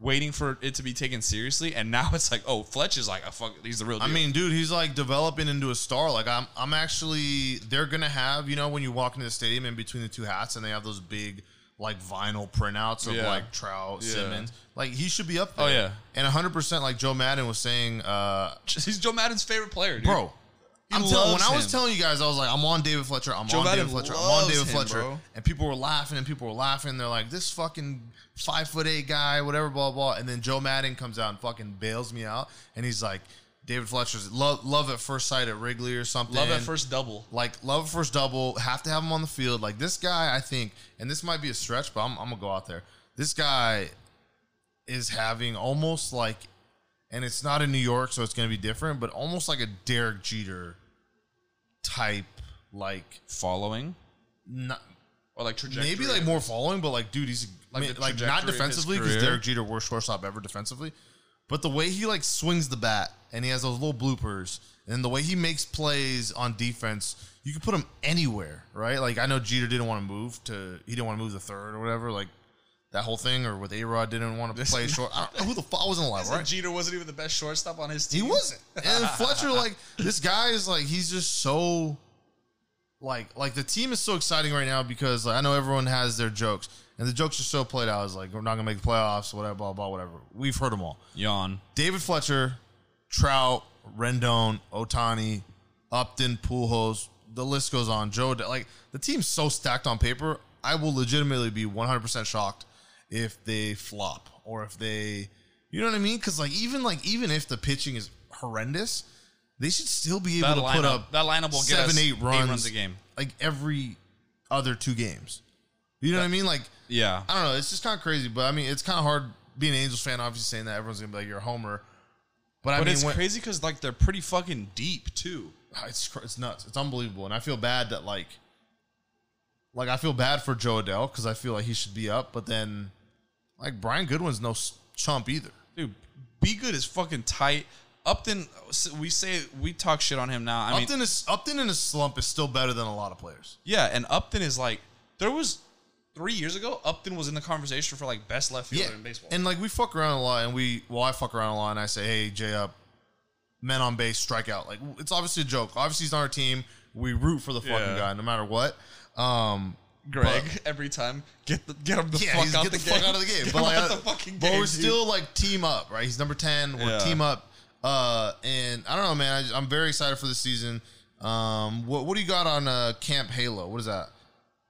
S2: waiting for it to be taken seriously, and now it's like, oh, Fletch is like a fuck. He's the real.
S1: I
S2: deal.
S1: mean, dude, he's like developing into a star. Like I'm I'm actually they're gonna have, you know, when you walk into the stadium in between the two hats and they have those big like vinyl printouts of
S2: Yeah.
S1: like Trout,
S2: Yeah.
S1: Simmons. Like he should be up there.
S2: Oh, yeah.
S1: And hundred percent like Joe Madden was saying, uh
S2: he's Joe Madden's favorite player, dude.
S1: Bro. I'm telling, when
S2: loves
S1: I was
S2: him.
S1: telling you guys, I was like, I'm on David Fletcher. I'm
S2: Joe
S1: on
S2: Madden
S1: David Fletcher. I'm on
S2: loves
S1: David
S2: him,
S1: Fletcher.
S2: bro.
S1: And people were laughing and people were laughing. They're like, this fucking five foot eight guy, whatever, blah, blah. And then Joe Madden comes out and fucking bails me out. And he's like, David Fletcher's love, love at first sight at Wrigley or something.
S2: Love at first double.
S1: Like, love at first double. Have to have him on the field. Like, this guy, I think, and this might be a stretch, but I'm, I'm going to go out there. This guy is having almost like, and it's not in New York, so it's going to be different, but almost like a Derek Jeter type, like,
S2: Following
S1: not,
S2: or like trajectory.
S1: maybe like more following, but like, dude, he's
S2: Like
S1: like,
S2: the
S1: like
S2: trajectory
S1: not
S2: of his
S1: defensively because
S2: career.
S1: Derek Jeter worst shortstop ever defensively, but the way he like swings the bat and he has those little bloopers and the way he makes plays on defense, you can put him anywhere, right? Like I know Jeter didn't want to move to he didn't want to move the third or whatever, like that whole thing, or with A Rod didn't want to play short. I don't, who the fuck I wasn't alive, right?
S2: Jeter wasn't even the best shortstop on his
S1: He
S2: team.
S1: wasn't. And Fletcher, like this guy is like he's just so like like the team is so exciting right now because like, I know everyone has their jokes and the jokes are so played out. It's like we're not gonna make the playoffs, whatever, blah blah, whatever. We've heard them all.
S2: Yawn.
S1: David Fletcher, Trout, Rendon, Otani, Upton, Pujols. The list goes on. Joe, Adele- like the team's so stacked on paper. I will legitimately be 100% shocked if they flop or if they, you know what I mean? Because like even like even if the pitching is horrendous, they should still be able
S2: That
S1: to put
S2: lineup.
S1: up
S2: That lineup will get
S1: seven
S2: us
S1: eight runs,
S2: a game.
S1: like every other two games. You know what I mean? Like
S2: Yeah.
S1: I don't know. It's just kind of crazy, but I mean, it's kind of hard being an Angels fan. Obviously, saying that everyone's gonna be like you're a homer, but I
S2: But
S1: mean,
S2: it's
S1: when- Ah,
S2: crazy because like they're pretty fucking deep too.
S1: it's cr- it's nuts. It's unbelievable, and I feel bad that like, like I feel bad for Joe Adele because I feel like he should be up, but then like Brian Goodwin's no s- chump either.
S2: Dude, Be Good is fucking tight. Upton, we say we talk shit on him now. I mean,
S1: Upton is Upton in a slump is still better than a lot of players.
S2: yeah, and Upton is like there was three years ago. Upton was in the conversation for like best left fielder in baseball.
S1: And like we fuck around a lot, and we well, I fuck around a lot, and I say, hey, J up, men on base, strikeout. Like it's obviously a joke. Obviously, he's on our team. We root for the fucking
S2: Yeah.
S1: guy, no matter what. Um,
S2: Greg every time get the, get him the
S1: yeah,
S2: fuck
S1: he's
S2: out
S1: get the,
S2: the, game.
S1: fuck out of the game.
S2: Get
S1: but
S2: him
S1: like,
S2: out
S1: I-
S2: the fucking
S1: but
S2: game,
S1: we're
S2: dude.
S1: still like team up, right? He's number ten. We're
S2: Yeah.
S1: team up. Uh, and I don't know, man. I just, I'm very excited for this season. Um, what what do you got on uh Camp Halo? What is that?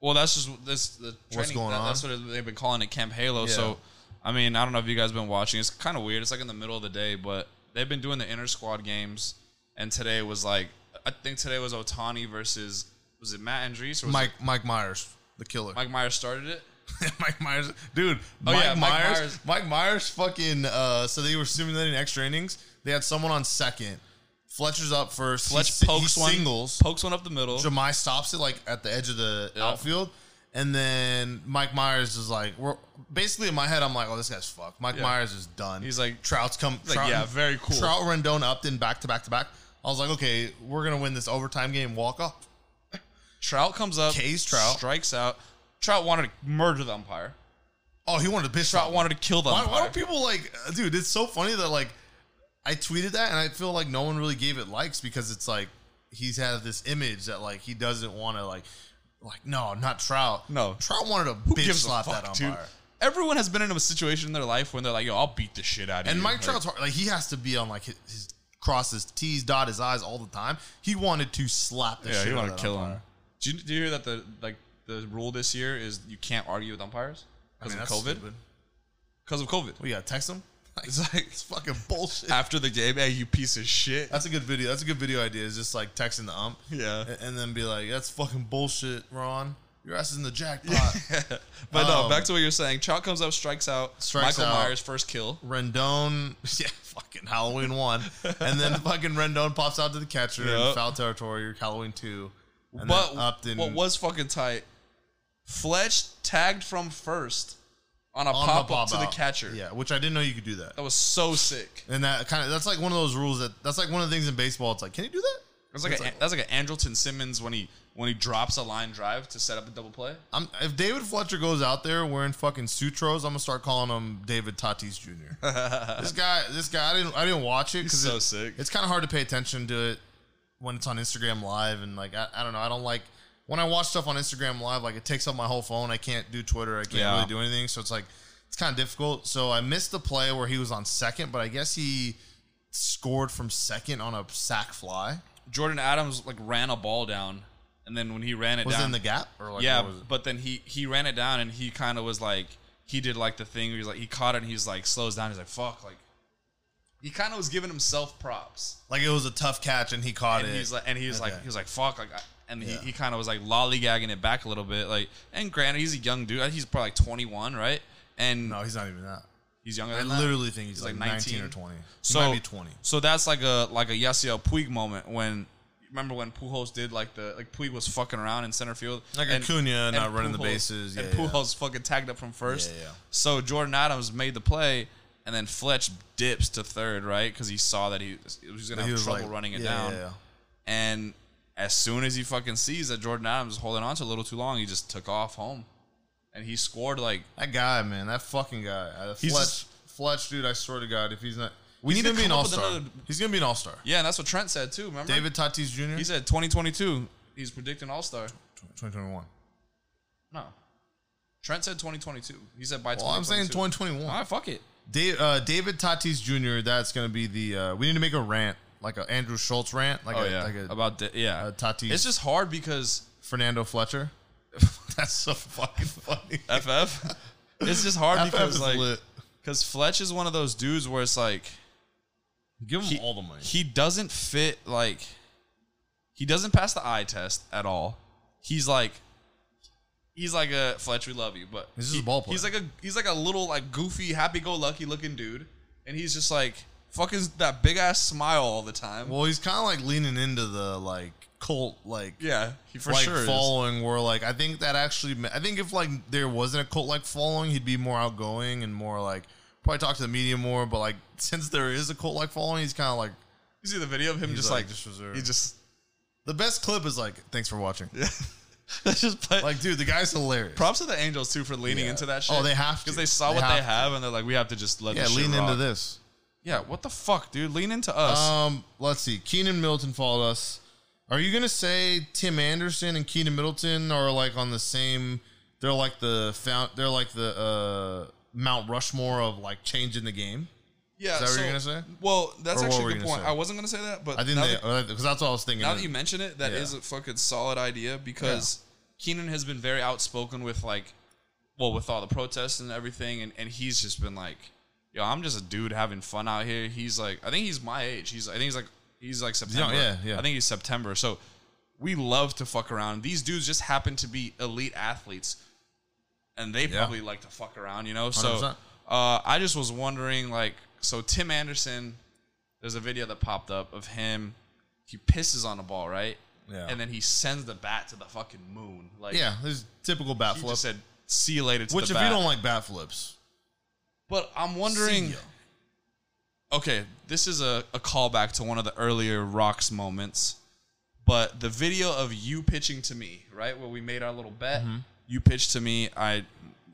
S2: Well, that's just this the training,
S1: What's going
S2: that-
S1: on?
S2: That's what they've been calling it Camp Halo.
S1: Yeah.
S2: So, I mean, I don't know if you guys been watching. It's kind of weird. It's like in the middle of the day, but they've been doing the inter squad games, and today was like I think today was Otani versus was it Matt Andrees or was
S1: Mike
S2: it
S1: Mike Myers, the killer.
S2: Mike Myers started it.
S1: Mike Myers, dude. Mike,
S2: Oh, yeah, Mike
S1: Myers,
S2: Myers.
S1: Mike Myers, fucking. Uh, so they were simulating extra innings. They had someone on second. Fletcher's up first. He
S2: Fletch
S1: si- he
S2: pokes one,
S1: singles.
S2: pokes one up the middle.
S1: Jemai stops it like at the edge of the
S2: Yeah.
S1: outfield, and then Mike Myers is like, we're basically in my head. I'm like, oh, this guy's fucked. Mike
S2: Yeah.
S1: Myers is done.
S2: He's like-
S1: Trout's come.
S2: like, yeah, very cool.
S1: Trout, Rendon, Upton, back to back to back. I was like, okay, we're gonna win this overtime game. Walk off.
S2: Trout comes up,
S1: K's Trout.
S2: strikes out. Trout wanted to murder the umpire.
S1: Oh, he wanted to pitch.
S2: Trout wanted to kill the
S1: Why,
S2: umpire.
S1: why don't people like, uh, dude? It's so funny that like, I tweeted that, and I feel like no one really gave it likes because it's like he's had this image that like he doesn't want to like, like no, not Trout.
S2: No.
S1: Trout wanted to
S2: Who
S1: bitch
S2: gives a
S1: slap
S2: fuck,
S1: that umpire.
S2: dude? Everyone has been in a situation in their life when they're like, "Yo, I'll beat the shit out of you."
S1: And Mike
S2: Like,
S1: Trout's hard, like he has to be on like his, his cross his T's, dot his I's all the time. He wanted to slap the
S2: Yeah,
S1: shit
S2: you
S1: out
S2: want
S1: of
S2: to
S1: that
S2: kill
S1: umpire.
S2: him. Do you, do you hear that the like the rule this year is you can't argue with umpires
S1: I
S2: because
S1: mean,
S2: of
S1: that's
S2: COVID?
S1: stupid.
S2: Because of COVID.
S1: What, you gotta text him? Like,
S2: It's like
S1: it's fucking bullshit.
S2: after the game, hey, you piece of shit.
S1: That's a good video. That's a good video idea. Is just like texting the ump
S2: Yeah.
S1: and, and then be like, "That's fucking bullshit, Ron. Your ass is in the jackpot."
S2: but no,
S1: Um,
S2: back to what you're saying. Chalk comes up, strikes out.
S1: Strikes
S2: Michael
S1: out.
S2: Myers first kill.
S1: Rendon, yeah, fucking Halloween one, and then fucking Rendon pops out to the catcher in
S2: Yep.
S1: foul territory. Halloween two, and
S2: but
S1: then Upton
S2: what was fucking tight? Fletch tagged from first on a
S1: on
S2: pop,
S1: the
S2: up to the
S1: out.
S2: catcher.
S1: Yeah, which I didn't know you could do that.
S2: That was so sick.
S1: And that kind of that's like one of those rules that that's like one of the things in baseball. It's like, can you do that?
S2: That's like,
S1: It's
S2: a,
S1: like-
S2: that's like an Andrelton Simmons when he when he drops a line drive to set up a double play.
S1: I'm, if David Fletcher goes out there wearing fucking sutros, I'm gonna start calling him David Tatis Jr. this guy, this guy, I didn't, I didn't watch it because
S2: so sick.
S1: It's kind of hard to pay attention to it when it's on Instagram Live and like I, I don't know. I don't like when I watch stuff on Instagram Live. Like it takes up my whole phone. I can't do Twitter. I can't
S2: Yeah.
S1: really do anything. So it's like it's kind of difficult. So I missed the play where he was on second, but I guess he scored from second on a sack fly.
S2: Jordan Adams like ran a ball down, and then when he ran it
S1: Was it
S2: down,
S1: in the gap or like
S2: yeah,
S1: what was it?
S2: but then he he ran it down and he kind of was like he did like the thing where he's like he caught it and he's like slows down. He's like fuck, like he kind of was giving himself props.
S1: like it was a tough catch and he caught
S2: and
S1: it.
S2: he's like, and he was like,
S1: Okay.
S2: he was like, fuck, like, I- and
S1: Yeah.
S2: he, he kind of was like lollygagging it back a little bit, like, and granted, he's a young dude, he's probably like 21, right? And
S1: no, he's not even that.
S2: he's younger
S1: I
S2: than that.
S1: literally think he's, like,
S2: like
S1: 19.
S2: 19.
S1: or 20. He
S2: so
S1: might be 20.
S2: So that's like a like a Yasiel Puig moment when. Remember when Pujols did like the like Puig was fucking around in center field,
S1: Like Acuña not running the
S2: Pujols-
S1: bases,
S2: and
S1: yeah, yeah.
S2: Pujols fucking tagged up from first.
S1: Yeah, yeah.
S2: So Jordan Adams made the play, and then Fletch dips to third, right? Because he saw that he was, he was gonna
S1: He
S2: have
S1: was
S2: trouble
S1: like-
S2: running it
S1: yeah,
S2: down.
S1: yeah, yeah.
S2: And as soon as he fucking sees that Jordan Adams is holding on to a little too long, he just took off home. And he scored like
S1: That guy, man, that fucking guy. Uh,
S2: He's
S1: Fletch,
S2: just-
S1: Fletch, dude. I swear to God, if he's not, we
S2: He's
S1: need him to
S2: gonna
S1: be an
S2: come
S1: all
S2: up with
S1: star.
S2: another-
S1: He's gonna be an all star.
S2: Yeah, and that's what Trent said too, remember?
S1: David Tatis Jr.
S2: He said twenty twenty two, he's predicting all star.
S1: 2021.
S2: No. Trent said twenty twenty two. He said by
S1: Well, I'm saying 2021.
S2: Alright, fuck it.
S1: Da- uh, David Tatis Jr. That's gonna be the. Uh, we need to make a rant, like a Andrew Schultz rant, like
S2: Oh
S1: a,
S2: yeah.
S1: like a
S2: About the, yeah.
S1: uh, Tatis.
S2: It's just hard because
S1: Fernando Fletcher. that's so fucking funny.
S2: FF. it's just hard
S1: FF
S2: because
S1: is
S2: like
S1: lit.
S2: because Fletch is one of those dudes where it's like
S1: give him
S2: he-
S1: all the money.
S2: He doesn't fit like he doesn't pass the eye test at all. He's like he's like a Fletch, we love you, but
S1: He's just
S2: he-
S1: a ball player.
S2: He's like a he's like a little like goofy, happy go lucky looking dude. And he's just like fucking that big ass smile all the time.
S1: well, he's kind of like leaning into the like cult, like
S2: yeah, he for
S1: like
S2: sure is.
S1: following where like I think that actually ma- I think if like there wasn't a cult like following, he'd be more outgoing and more like probably talk to the media more. But like since there is a cult like following, he's kind of like
S2: You see the video of him just
S1: like,
S2: like,
S1: just reserved.
S2: he just
S1: the best clip is like thanks for watching.
S2: that's just play,
S1: Like dude, the guy's hilarious.
S2: props to the Angels too for leaning
S1: Yeah.
S2: into that shit.
S1: Oh, they have
S2: because
S1: to.
S2: they saw
S1: They
S2: what
S1: have
S2: they
S1: to.
S2: have and they're like we have to just let
S1: yeah,
S2: this shit
S1: lean
S2: rock.
S1: into this.
S2: Yeah, what the fuck, dude? Lean into us.
S1: Um, let's see. Keenan Middleton followed us. Are you gonna say Tim Anderson and Keenan Middleton are like on the same? They're like the found. They're like the uh, Mount Rushmore of like changing the game.
S2: Yeah.
S1: Is that what
S2: so,
S1: you're gonna say?
S2: Well, that's
S1: Or what were
S2: actually a
S1: you
S2: good
S1: gonna
S2: point.
S1: say?
S2: I wasn't gonna say that, but
S1: I think
S2: now,
S1: they
S2: that,
S1: because that's what I was thinking.
S2: now that you mention it, that is
S1: Yeah.
S2: a fucking solid idea because Keenan has been very outspoken with like, well, with all the protests and everything, and, and he's just been like, yo, I'm just a dude having fun out here. He's like, I think he's my age. He's I think he's like he's like September.
S1: yeah, yeah.
S2: I think he's September. So we love to fuck around. These dudes just happen to be elite athletes, and they probably like to fuck around, you know. So
S1: 100%.
S2: uh, I just was wondering, like, so Tim Anderson, there's a video that popped up of him. He pisses on the ball, right?
S1: Yeah.
S2: And then he sends the bat to the fucking moon. Like,
S1: yeah, there's typical bat
S2: He
S1: flip.
S2: just said, "See you later." To
S1: Which,
S2: the
S1: if
S2: bat.
S1: you don't like bat flips,
S2: But I'm wondering.
S1: See ya.
S2: Okay, this is a, a callback to one of the earlier Rocks moments. But the video of you pitching to me, right, where we made our little bet, you pitched to me. I,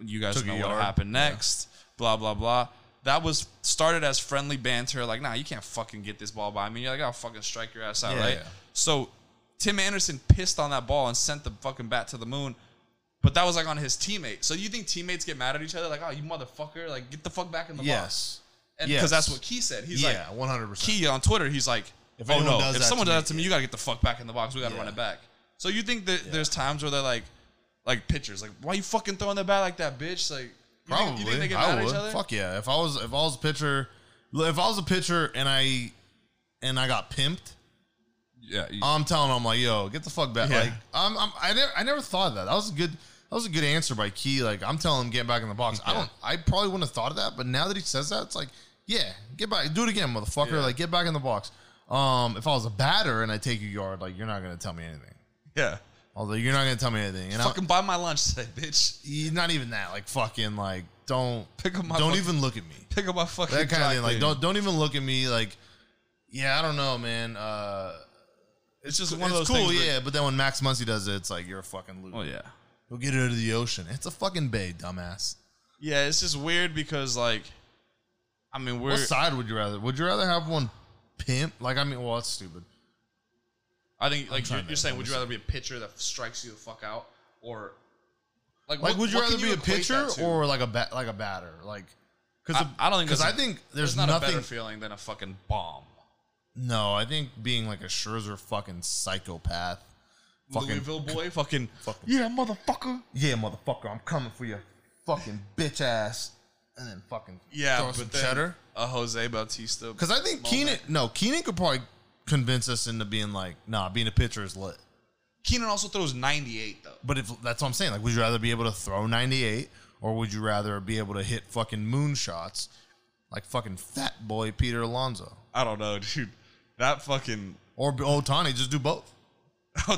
S2: you guys
S1: Mm-hmm. Took a
S2: know what
S1: yard.
S2: happened next. Blah blah blah. That was started as friendly banter, like, nah, you can't fucking get this ball by me. You're like, I'll fucking strike your ass out,
S1: Yeah,
S2: right?
S1: yeah.
S2: So Tim Anderson pissed on that ball and sent the fucking bat to the moon. But that was like on his teammate. So you think teammates get mad at each other? Like, oh, you motherfucker! Like, get the fuck back in the box.
S1: yes,
S2: And
S1: Yes.
S2: because that's what Key said. He's like,
S1: yeah, one hundred percent.
S2: Key on Twitter, he's like,
S1: If
S2: oh
S1: anyone
S2: no,
S1: does
S2: if
S1: that
S2: someone
S1: to me,
S2: does that to me, you gotta get the fuck back in the box. We gotta
S1: Yeah.
S2: run it back. So you think that there's times where they're like, like pitchers, like, why you fucking throwing the bat like that, bitch? Like, You think-
S1: Probably.
S2: you think they get
S1: I
S2: mad at each
S1: would.
S2: other?
S1: Fuck yeah. If I was if I was a pitcher, if I was a pitcher and I and I got pimped,
S2: Yeah. you-
S1: I'm telling him like, yo, get the fuck back.
S3: Yeah.
S1: Like, I'm, I'm, I never, I never thought of that. That was a good, that was a good answer by Key. Like, I'm telling him get back in the box. I don't, I probably wouldn't have thought of that, but now that he says that, it's like, yeah, get back, do it again, motherfucker.
S2: Yeah.
S1: Like, get back in the box. Um, if I was a batter and I take you yard, like, you're not gonna tell me anything.
S2: yeah.
S1: Although you're not gonna tell me anything, and I'm
S2: Fucking buy my lunch today, bitch.
S1: you- not even that. Like, fucking, like, don't,
S2: Pick up my
S1: don't
S2: fucking-
S1: even look at me.
S2: Pick up my fucking.
S1: That kind of
S2: dry
S1: thing. Like,
S2: cleaning.
S1: don't, don't even look at me. Like, yeah, I don't know, man. Uh.
S2: It's just one of those
S1: it's cool,
S2: things. where-
S1: yeah. But then when Max Muncy does it, it's like you're a fucking loser.
S2: Well, Oh, yeah.
S1: Go get it out of the ocean. It's a fucking bay, dumbass.
S2: Yeah, it's just weird because like, I mean, we're.
S1: what side would you rather? Would you rather have one pimp? Like, I mean, well, that's stupid.
S2: I think like
S1: trying
S2: you're,
S1: to
S2: you're saying, would you rather be a pitcher that strikes you the fuck out, or like,
S1: Like,
S2: what-
S1: would you
S2: what
S1: rather
S2: can
S1: be a
S2: equate
S1: pitcher
S2: that to?
S1: or like a bat, like a batter? Like, because
S2: I- I don't think
S1: because I
S2: there's a-
S1: think there's,
S2: There's not a
S1: nothing.
S2: better feeling than a fucking bomb.
S1: no, I think being like a Scherzer fucking psychopath. Fucking
S2: Louisville boy, fucking,
S1: yeah, motherfucker. Yeah, motherfucker. I'm coming for your fucking bitch ass. And then fucking
S2: yeah,
S1: throw
S2: but
S1: some
S2: then
S1: cheddar.
S2: a Jose Bautista.
S1: Because I think Keenan, no, Keenan could probably convince us into being like, nah, being a pitcher is lit.
S2: Keenan also throws 98 though.
S1: But if that's what I'm saying, like, would you rather be able to throw 98 or would you rather be able to hit fucking moonshots like fucking fat boy Peter Alonso
S2: I don't know, dude. That fucking
S1: or Otani? Just do both.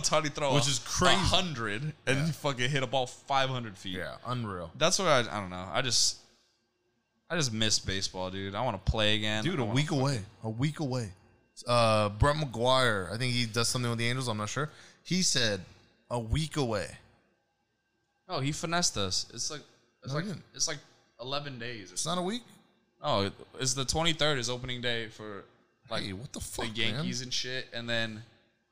S2: Tony throw,
S1: Which is crazy.
S2: hundred, and then you fucking hit a ball 500 feet.
S1: Yeah, unreal.
S2: that's what I. I don't know. I just, I just miss baseball, dude. I want to play again,
S1: Dude,
S2: I
S1: a
S2: wanna-
S1: week away. A week away. Uh, Brett McGuire, I think he does something with the Angels. I'm not sure. He said a week away.
S2: No, Oh, he finessed us. It's like it's
S1: No,
S2: like
S1: he didn't.
S2: it's like eleven days. Or
S1: It's
S2: something.
S1: not a week.
S2: Oh, it's the twenty third is opening day for like
S1: Hey, what the fuck,
S2: the Yankees
S1: man?
S2: and shit, and then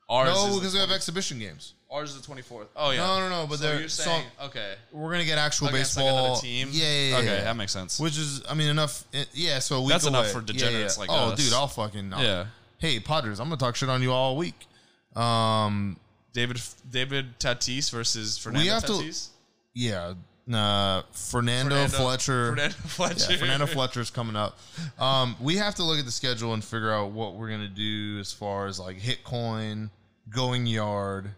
S2: ours
S1: No,
S2: is
S1: because we
S2: the
S1: have
S2: 20
S1: exhibition games.
S2: ours is the twenty fourth. Oh yeah,
S1: No, no, no, but
S2: so
S1: they're-
S2: you're
S1: so-
S2: saying okay
S1: We're gonna get actual
S2: against like
S1: baseball.
S2: another team.
S1: Yeah, yeah, yeah,
S2: okay,
S1: yeah.
S2: that makes sense.
S1: Which is, I mean, enough. it- yeah, so a week
S2: That's enough
S1: away.
S2: for
S1: Yeah,
S2: degenerates
S1: yeah.
S2: like
S1: oh,
S2: us.
S1: dude, I'll fucking I'll-
S2: Yeah.
S1: Hey, Potters, I'm gonna talk shit on you all week. Um,
S2: David David Tatis versus Fernando
S1: have to-
S2: Tatis.
S1: yeah, uh, Fernando, Fletcher.
S2: Fernando Fletcher.
S1: Yeah, Fernando Fletcher's coming up. Um, we have to look at the schedule and figure out what we're gonna do as far as like hit coin, going yard,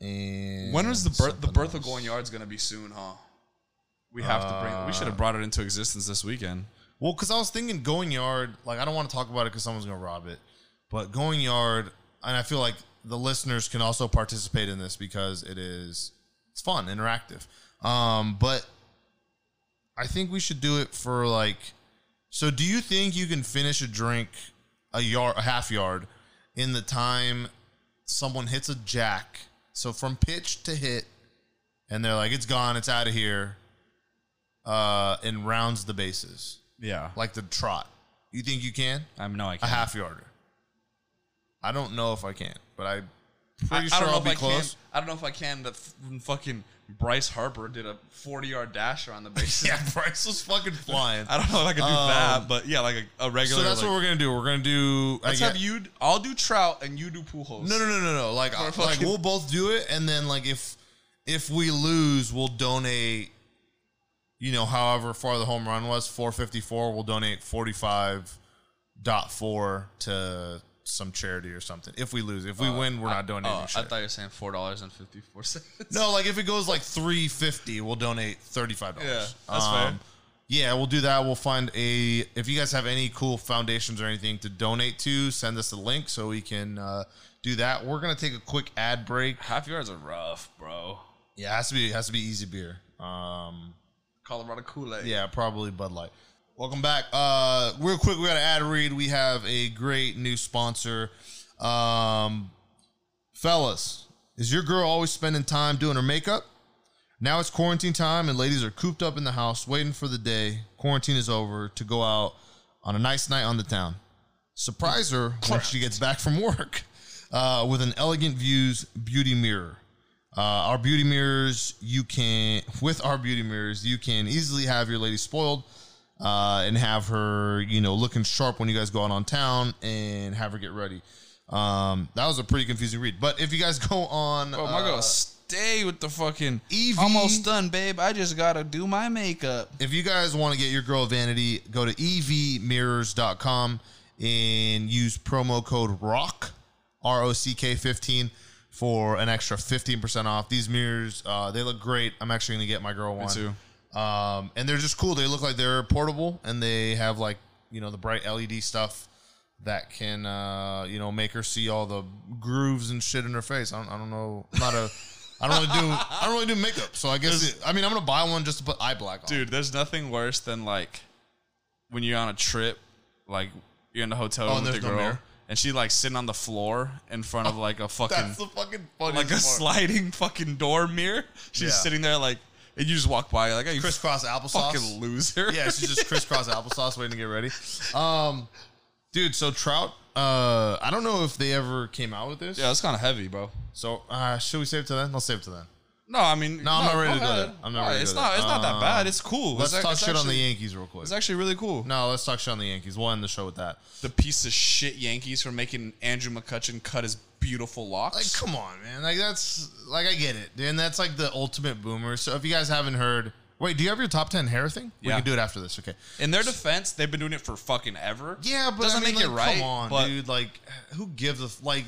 S1: and
S2: When is the birth the
S1: something
S2: birth of
S1: else.
S2: going yards going to be soon, huh? We have to bring. We should
S1: Uh,
S2: have brought it into existence this weekend.
S1: Well, because I was thinking going yard, like I don't want to talk about it because someone's gonna rob it, but going yard, and I feel like the listeners can also participate in this because it is it's fun, interactive. Um, but I think we should do it for like. So, do you think you can finish a drink, a yard, a half yard, in the time someone hits a jack? So from pitch to hit, and they're like, "It's gone, it's out of here," uh, and rounds the bases
S2: Yeah.
S1: like the trot. You think you can?
S2: I'm no, I
S1: A
S2: can't.
S1: half yarder. I don't know if I can, but I
S2: I,
S1: pretty
S2: I
S1: sure
S2: don't know
S1: I'll
S2: if
S1: be
S2: I
S1: close.
S2: can. I don't know if I can. The f- fucking Bryce Harper did a 40 yard dash around the bases.
S1: Yeah, Bryce was fucking flying.
S2: I don't know if I can do
S1: Um,
S2: that, but yeah, like a, a regular.
S1: so that's
S2: like,
S1: what we're gonna do. We're gonna do. I
S2: let's
S1: guess-
S2: have you. d- I'll do Trout and you do Pujols.
S1: No, no, no, no, no. Like,
S2: For
S1: I- like
S2: fucking-
S1: we'll both do it, and then like if if we lose, we'll donate. You know, however far the home run was, four fifty four. We'll donate forty five dot four to some charity or something. If we lose, if we win, we're not donating.
S2: Oh, I
S1: shit.
S2: thought you were saying four dollars and fifty four cents.
S1: No, like if it goes like three fifty, we'll donate thirty five dollars. Um,
S2: Yeah, that's fair.
S1: Yeah, we'll do that. We'll find a. If you guys have any cool foundations or anything to donate to, send us a link so we can uh, do that. We're gonna take a quick ad break.
S2: Half yards are rough, bro.
S1: Yeah, it has to be it has to be easy beer. Um,
S2: Colorado Kool Aid.
S1: yeah, probably Bud Light. Welcome back. Uh, real quick, we got an ad read. We have a great new sponsor. Um, fellas, is your girl always spending time doing her makeup? Now it's quarantine time, and ladies are cooped up in the house waiting for the day quarantine is over to go out on a nice night on the town. Surprise her when she gets back from work uh, with an Elegant Views beauty mirror. Uh, our beauty mirrors, you can with our beauty mirrors, you can easily have your lady spoiled uh, and have her, you know, looking sharp when you guys go out on town and have her get ready. Um, that was a pretty confusing read, but if you guys go on,
S2: Bro, my
S1: uh, E
S2: girl's day with the fucking
S1: Evie.
S2: almost done, babe. I just gotta do my makeup.
S1: if you guys want to get your girl a vanity, go to E evmirrors.com and use promo code ROCK, R O C K 15 for an extra 15% off. These mirrors, uh, they look great. I'm actually going to get my girl one.
S2: too.
S1: Um, and they're just cool. They look like they're portable and they have like, you know, the bright LED stuff that can, uh, you know, make her see all the grooves and shit in her face. I don't, I don't know. I'm not a. I don't really do. I don't really do makeup, so I guess. It, I mean, I'm gonna buy one just to put eye black on.
S2: Dude, there's nothing worse than like when you're on a trip, like you're in the hotel
S1: Oh, and
S2: with the
S1: there's no
S2: girl,
S1: mirror?
S2: and she like sitting on the floor in front of like a fucking
S1: That's the fucking funniest
S2: like a
S1: part.
S2: sliding fucking door mirror. She's
S1: Yeah.
S2: sitting there like, and you just walk by like, are you
S1: crisscross applesauce.
S2: fucking loser?
S1: yeah, she's just crisscross applesauce waiting to get ready. Um, dude, so Trout, uh, I don't know if they ever came out with this.
S2: yeah, it's kind of heavy, bro.
S1: So uh, should we save it to then? Let's save it to then.
S2: No, I mean,
S1: No, I'm not ready to do
S2: ahead.
S1: that. I'm not
S2: No,
S1: ready to
S2: It's
S1: do
S2: not.
S1: that.
S2: It's not that
S1: Uh,
S2: bad. It's cool.
S1: Let's
S2: It's ac-
S1: talk
S2: it's
S1: shit on the
S2: actually-
S1: Yankees real quick.
S2: It's actually really cool.
S1: No, let's talk shit on the Yankees. We'll end the show with that.
S2: The piece of shit Yankees for making Andrew McCutcheon cut his beautiful
S1: Like,
S2: locks.
S1: come on, man. Like that's like I get it, and that's like the ultimate boomer. So if you guys haven't heard, wait, do you have your top ten hair thing? We
S2: Yeah.
S1: can do it after this. Okay.
S2: In their defense, they've been doing it for fucking ever.
S1: Yeah, but
S2: doesn't
S1: I mean,
S2: make it
S1: like,
S2: right.
S1: Come on,
S2: but
S1: dude. Like, who gives a f- like?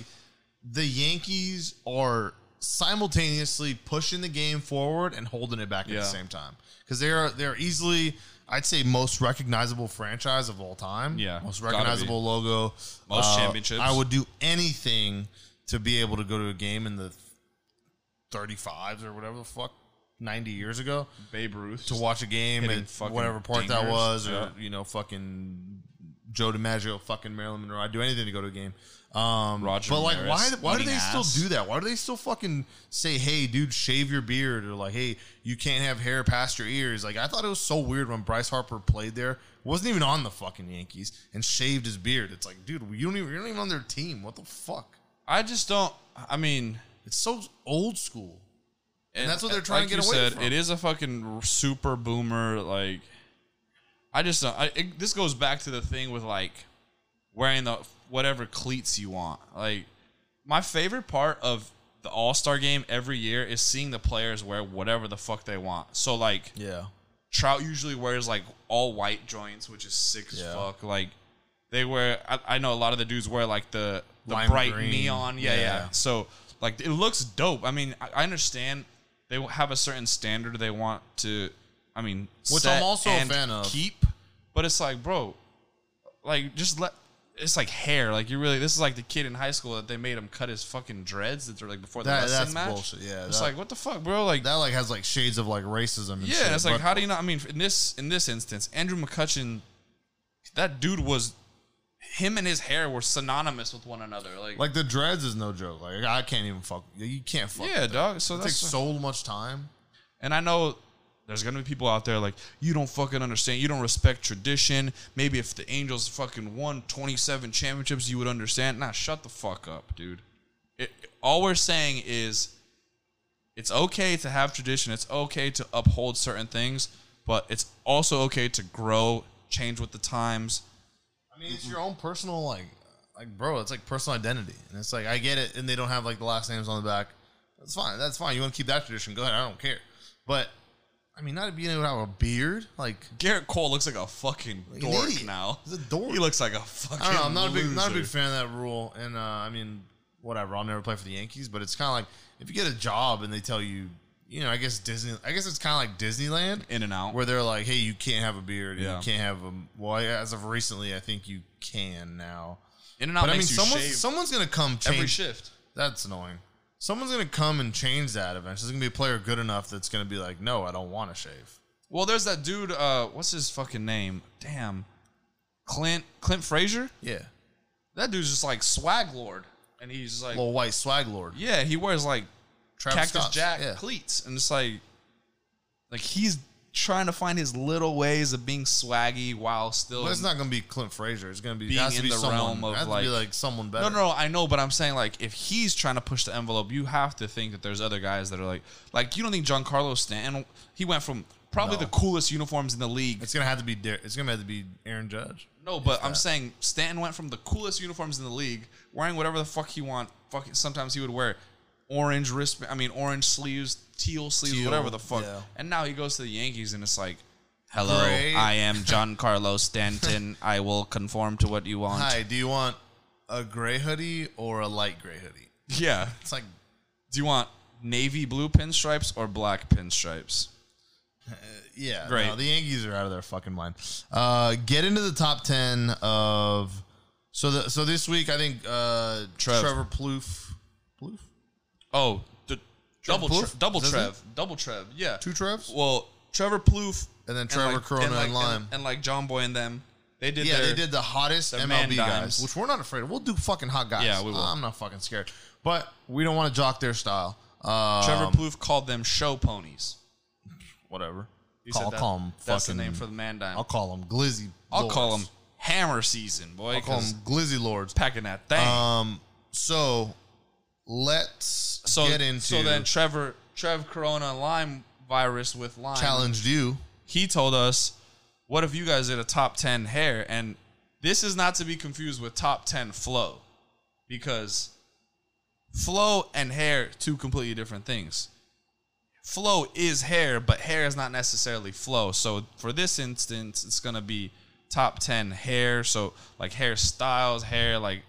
S1: The Yankees are simultaneously pushing the game forward and holding it back at
S2: Yeah.
S1: the same time because they are they're easily. I'd say most recognizable franchise of all time.
S2: Yeah,
S1: most
S2: gotta be.
S1: recognizable logo, Uh,
S2: Most championships.
S1: I would do anything to be able to go to a game in the 35s or whatever the fuck, 90 years ago
S2: Babe Ruth
S1: to watch a game
S2: Hitting
S1: and
S2: fucking
S1: whatever part that
S2: dingers.
S1: was, or
S2: Yeah.
S1: you know, fucking Joe DiMaggio, fucking Marilyn Monroe. I'd do anything to go to a game. Um,
S2: Roger
S1: but like, why?
S2: Maris
S1: Why do they
S2: eating ass.
S1: still do that? Why do they still fucking say, "Hey, dude, shave your beard," or like, "Hey, you can't have hair past your ears"? Like, I thought it was so weird when Bryce Harper played there, wasn't even on the fucking Yankees, and shaved his beard. It's like, dude, you don't even you're not even on their team. What the fuck?
S2: I just don't. I mean,
S1: It's so old school. that's what they're trying to
S2: like
S1: get
S2: you
S1: away
S2: said,
S1: from.
S2: It is a fucking r- super boomer. Like, I just don't. I, it, this goes back to the thing with like wearing the whatever cleats you want. Like, my favorite part of the All Star game every year is seeing the players wear whatever the fuck they want. So like,
S1: Yeah.
S2: Trout usually wears like all white joints, which is sick as
S1: Yeah.
S2: fuck. Like they wear. I, I know a lot of the dudes wear like the the
S1: Lime
S2: bright
S1: green.
S2: neon. Yeah, yeah,
S1: Yeah.
S2: So like it looks dope. I mean, I, I understand they have a certain standard they want to. I mean,
S1: Which
S2: set
S1: I'm also a
S2: and
S1: fan of.
S2: Keep, but it's like, bro, like just let. It's like hair. Like you really. This is like the kid in high school that they made him cut his fucking dreads that they're like before the
S1: That-
S2: wrestling
S1: that's
S2: match.
S1: bullshit. Yeah,
S2: it's
S1: that-
S2: like what the fuck, bro. Like
S1: That like has like shades of like racism. And
S2: yeah,
S1: shit,
S2: and it's like,
S1: but-
S2: how do you not? I mean, in this in this instance, Andrew McCutcheon, that dude was, him and his hair were synonymous with one another. Like,
S1: Like the dreads is no joke. Like I can't even fuck. You can't fuck.
S2: yeah,
S1: with that.
S2: dog. So
S1: It
S2: that's
S1: takes so much time.
S2: and I know there's gonna be people out there like you don't fucking understand, you don't respect tradition. Maybe if the Angels fucking won 27 championships, you would understand. Nah, shut the fuck up, dude. It, all we're saying is it's okay to have tradition. It's okay to uphold certain things, but it's also okay to grow, change with the times.
S1: I mean, it's your own personal like, like bro. It's like personal identity, and it's like I get it. And they don't have like the last names on the back. That's fine. That's fine. You want to keep that tradition? Go ahead. I don't care. But I mean, not being able to have a beard, like
S2: Garrett Cole looks like a fucking
S1: Like an
S2: dork
S1: idiot.
S2: now.
S1: He's a dork.
S2: He looks like a fucking.
S1: I don't know. I'm not a big not a big
S2: loser.
S1: fan of that rule. And uh, I mean, whatever. I'll never play for the Yankees. But it's kind of like if you get a job and they tell you, you know, I guess Disney. I guess it's kind of like Disneyland.
S2: In and out.
S1: where they're like, "Hey, you can't have a beard. and
S2: Yeah.
S1: You can't have a well." As of recently, I think you can now.
S2: In and out.
S1: But I mean,
S2: makes you
S1: someone's
S2: shave
S1: someone's gonna come change.
S2: every shift.
S1: That's annoying. Someone's gonna come and change that eventually. There's gonna be a player good enough that's gonna be like, "No, I don't want to shave."
S2: Well, there's that dude. Uh, what's his fucking name? Damn, Clint Clint Frazier.
S1: Yeah,
S2: That dude's just like swag lord, and he's just like,
S1: little white swag lord.
S2: yeah, he wears like
S1: Travis
S2: Cactus
S1: Scott's,
S2: Jack
S1: yeah.
S2: cleats, and it's like, like he's trying to find his little ways of being swaggy while still.
S1: But it's not gonna be Clint Frazier. It's gonna be it
S2: Being
S1: has to
S2: in
S1: be
S2: the
S1: someone,
S2: realm of
S1: it has to
S2: like-
S1: be like someone better.
S2: No, no, no, I know, but I'm saying like if he's trying to push the envelope, you have to think that there's other guys that are like, like you don't think Giancarlo Stanton? He went from probably
S1: No.
S2: the coolest uniforms in the league.
S1: It's gonna have to be. Dar- It's gonna have to be Aaron Judge.
S2: no, but I'm
S1: that.
S2: saying Stanton went from the coolest uniforms in the league, wearing whatever the fuck he want. Fucking sometimes he would wear orange wristband. I mean, orange sleeves, teal sleeves,
S1: Teal,
S2: whatever the fuck.
S1: yeah.
S2: And now he goes to the Yankees, and it's like, hello,
S1: Great.
S2: I am John Carlos Stanton. I will conform to what you want.
S1: Hi, do you want a gray hoodie or a light gray hoodie?
S2: Yeah.
S1: It's like
S2: Do you want navy blue pinstripes or black pinstripes?
S1: Yeah,
S2: Great.
S1: no, the Yankees are out of their fucking mind. Uh, get into the top ten of so the so this week I think uh,
S2: Trev.
S1: Trevor Plouffe, Plouffe,
S2: Oh, the double
S1: Plouffe?
S2: tre- double
S1: Is that
S2: Trev, double Trev, yeah.
S1: two Trevs,
S2: Well, Trevor Plouffe
S1: and then Trevor Corona and,
S2: like,
S1: Lime.
S2: and, like John Boy and them. They did.
S1: yeah,
S2: their,
S1: they did the hottest
S2: their man
S1: MLB
S2: dimes.
S1: guys, which we're not afraid of. We'll do fucking hot guys.
S2: Yeah, we will.
S1: I'm not fucking scared, but we don't want to jock their style. Uh,
S2: Trevor Plouffe called them show ponies.
S1: whatever.
S2: He
S1: Call,
S2: said that-
S1: call him
S2: That's
S1: fucking.
S2: the name for the man dime.
S1: I'll call him Glizzy.
S2: I'll call
S1: Lords.
S2: him Hammer Season, boy.
S1: I'll call him Glizzy Lords.
S2: packing that thing.
S1: Um, so let's
S2: so
S1: get into
S2: so then Trevor Trev Corona Lyme virus with Lyme
S1: challenged you.
S2: He told us, "What if you guys did a top ten hair?" And this is not to be confused with top ten flow, because flow and hair two completely different things. Flow is hair, but hair is not necessarily flow. So for this instance, it's gonna be top ten hair. So like hairstyles, hair like.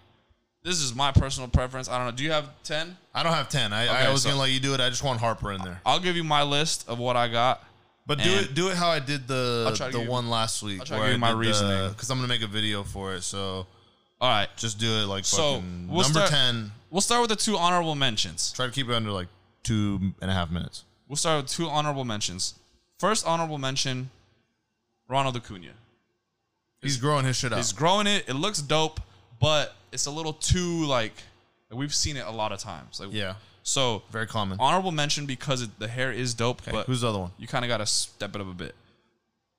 S2: This is my personal preference. I don't know. Do you have 10?
S1: I don't have ten. I, I
S2: Okay,
S1: was
S2: so-
S1: gonna let you do it. I just want Harper in there.
S2: I'll give you my list of what I got.
S1: But do
S2: and-
S1: it do it how I did the
S2: I'll try to
S1: the
S2: give you-
S1: one last week.
S2: I'll try to give you my reasoning.
S1: because I'm gonna make a video for it. So
S2: All right.
S1: just do it like
S2: So,
S1: fucking
S2: we'll
S1: number
S2: start-
S1: ten.
S2: We'll start with the two honorable mentions.
S1: Try to keep it under like two and a half minutes.
S2: We'll start with two honorable mentions. First honorable mention, Ronald Acuna.
S1: He's growing his shit out.
S2: He's growing it. It looks dope, but it's a little too like we've seen it a lot of times. Like
S1: Yeah,
S2: So
S1: very common.
S2: honorable mention because it, the hair is dope, but
S1: Who's the other one?
S2: you kind of got to step it up a bit.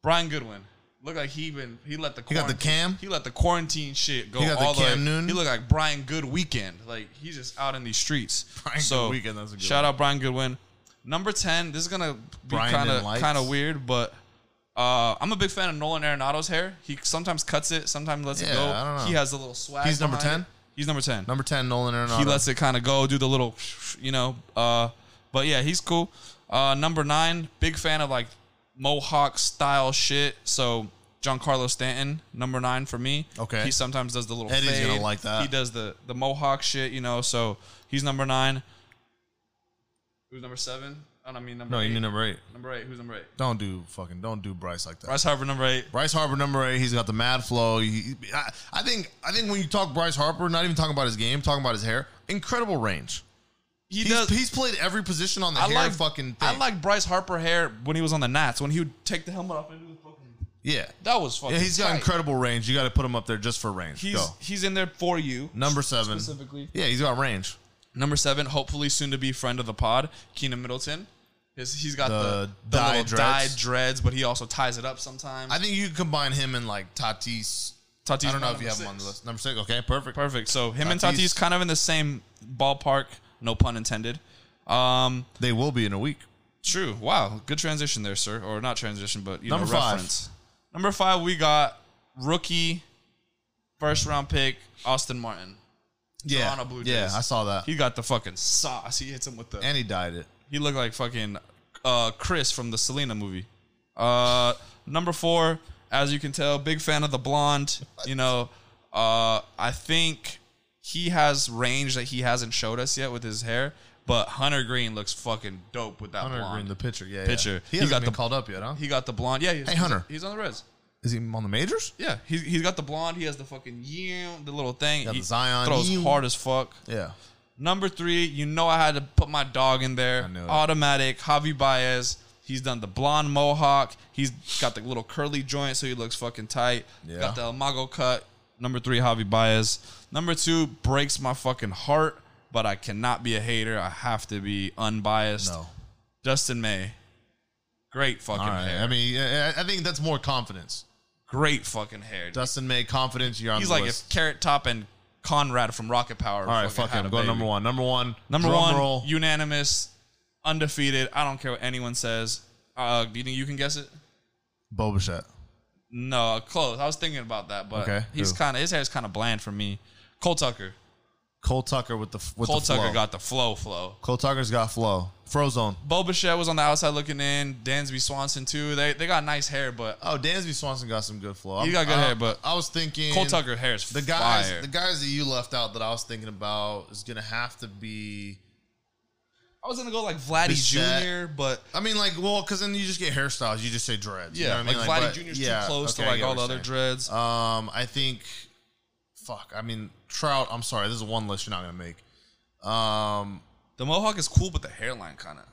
S2: Brian Goodwin looked like he even he let the
S1: He got the cam?
S2: he let the quarantine shit go
S1: He got the
S2: all the, way.
S1: Cam Newton?
S2: He looked like Brian Good weekend. Like he's just out in these streets.
S1: Brian
S2: so,
S1: Goodweekend, that's a good
S2: shout out Brian Goodwin. Number ten. This is gonna be
S1: Brian
S2: kind
S1: and
S2: of
S1: lights.
S2: kind of weird, but. Uh, I'm a big fan of Nolan Arenado's hair. He sometimes cuts it, sometimes lets it
S1: Yeah,
S2: go.
S1: I don't know.
S2: He has a little swag.
S1: He's number
S2: behind
S1: 10?
S2: it. He's number ten
S1: Number ten, Nolan Arenado.
S2: he lets it kind of go, do the little, you know. Uh, but yeah, he's cool. Uh, number nine, big fan of like Mohawk style shit. So Giancarlo Stanton, number nine for me.
S1: Okay.
S2: he sometimes does the little.
S1: Eddie's gonna
S2: fade.
S1: like that.
S2: He does the the Mohawk shit, you know. So he's number nine. Who's number seven? Oh, I don't mean number.
S1: no,
S2: eight.
S1: you need number eight.
S2: number eight. Who's number eight?
S1: Don't do fucking don't do Bryce like that.
S2: Bryce Harper, number eight.
S1: Bryce Harper number eight. He's got the mad flow. He, I, I think I think when you talk Bryce Harper, not even talking about his game, talking about his hair, incredible range.
S2: He
S1: He's,
S2: does.
S1: he's played every position on the
S2: I
S1: hair
S2: like
S1: fucking thing.
S2: I like Bryce Harper hair when he was on the Nats. When he would take the helmet off and do the fucking.
S1: yeah.
S2: That was fucking.
S1: yeah he's got
S2: tight.
S1: incredible range. You got to put him up there just for range.
S2: He's
S1: Go
S2: he's in there for you.
S1: number seven.
S2: specifically.
S1: Yeah, he's got range.
S2: Number seven, hopefully soon to be friend of the pod, Keenan Middleton. His, he's got the,
S1: The
S2: the
S1: dye
S2: little
S1: dreads.
S2: dyed dreads, but he also ties it up sometimes.
S1: I think you can combine him and like Tatis.
S2: Tatis
S1: I don't know
S2: my
S1: if you
S2: number
S1: have him on
S2: six.
S1: the list. Number six. Okay, perfect.
S2: Perfect. So him and
S1: Tatis.
S2: Tatis kind of in the same ballpark, no pun intended. Um,
S1: They will be in a week.
S2: true. Wow, good transition there, sir. Or not transition, but you
S1: Number
S2: know,
S1: five.
S2: reference. Number five, we got rookie first round pick Austin Martin.
S1: Yeah,
S2: Toronto Blue
S1: yeah,
S2: Jays.
S1: I saw that,
S2: He got the fucking sauce. He hits him with the
S1: and he died it.
S2: He looked like fucking uh, Chris from the Selena movie. Uh, number four, as you can tell, big fan of the blonde. You know, uh, I think he has range that he hasn't showed us yet with his hair. But Hunter Green looks fucking dope with that
S1: Hunter
S2: blonde.
S1: Green, the pitcher. Yeah, yeah.
S2: Pitcher.
S1: He
S2: He
S1: hasn't
S2: got
S1: been
S2: the-
S1: called up yet, huh?
S2: he got the blonde. Yeah, he's,
S1: Hey, Hunter.
S2: He's on the Reds.
S1: Is he on the majors?
S2: Yeah, he's, he's got the blonde. He has the fucking yeah, the little thing.
S1: Got
S2: he
S1: the Zion.
S2: throws
S1: Yeah.
S2: hard as fuck.
S1: Yeah.
S2: Number three, you know I had to put my dog in there.
S1: knew it.
S2: Automatic, Javi Baez. He's done the blonde mohawk. He's got the little curly joint, so he looks fucking tight.
S1: Yeah.
S2: Got the El Mago cut. Number three, Javi Baez. Number two, breaks my fucking heart, but I cannot be a hater. I have to be unbiased.
S1: No.
S2: Justin May. Great fucking
S1: All right.
S2: hair.
S1: I mean, I, I think that's more confidence.
S2: Great fucking hair. dude.
S1: Dustin May, confidence. You're on
S2: He's
S1: the
S2: like
S1: list.
S2: if Carrot Top and Conrad from Rocket Power.
S1: All right, fuck
S2: had
S1: him.
S2: a
S1: Go
S2: baby.
S1: number one. Number one.
S2: Number
S1: drum
S2: one,
S1: Roll.
S2: unanimous, undefeated. I don't care what anyone says. Uh, do you think you can guess it?
S1: Bobuchet.
S2: No, close. I was thinking about that, but
S1: Okay,
S2: he's
S1: who?
S2: kind of his hair is kind of bland for me. Cole Tucker,
S1: Cole Tucker with the f- with
S2: Cole
S1: the
S2: Tucker
S1: flow.
S2: got the flow flow.
S1: Cole Tucker's got flow. Frozone.
S2: Bo Bichette was on the outside looking in. Dansby Swanson too. They they got nice hair, but
S1: Oh, Dansby Swanson got some good flow.
S2: He got good
S1: I-
S2: hair, but
S1: I was thinking
S2: Cole Tucker hair is
S1: The guys,
S2: fire.
S1: the guys that you left out that I was thinking about is gonna have to be.
S2: I was gonna go like Vladdy
S1: Bichette.
S2: Jr., but
S1: I mean, like, well, because then you just get hairstyles. You just say dreads. you
S2: yeah,
S1: know what I mean?
S2: like, Vladdy
S1: but-
S2: Jr.'s
S1: yeah,
S2: too close
S1: okay, I
S2: to like
S1: get what
S2: all the
S1: you're
S2: other
S1: saying.
S2: dreads.
S1: Um, I think, fuck. I mean, Trout. I'm sorry, this is one list you're not gonna make. Um,
S2: the mohawk is cool, but the hairline kind of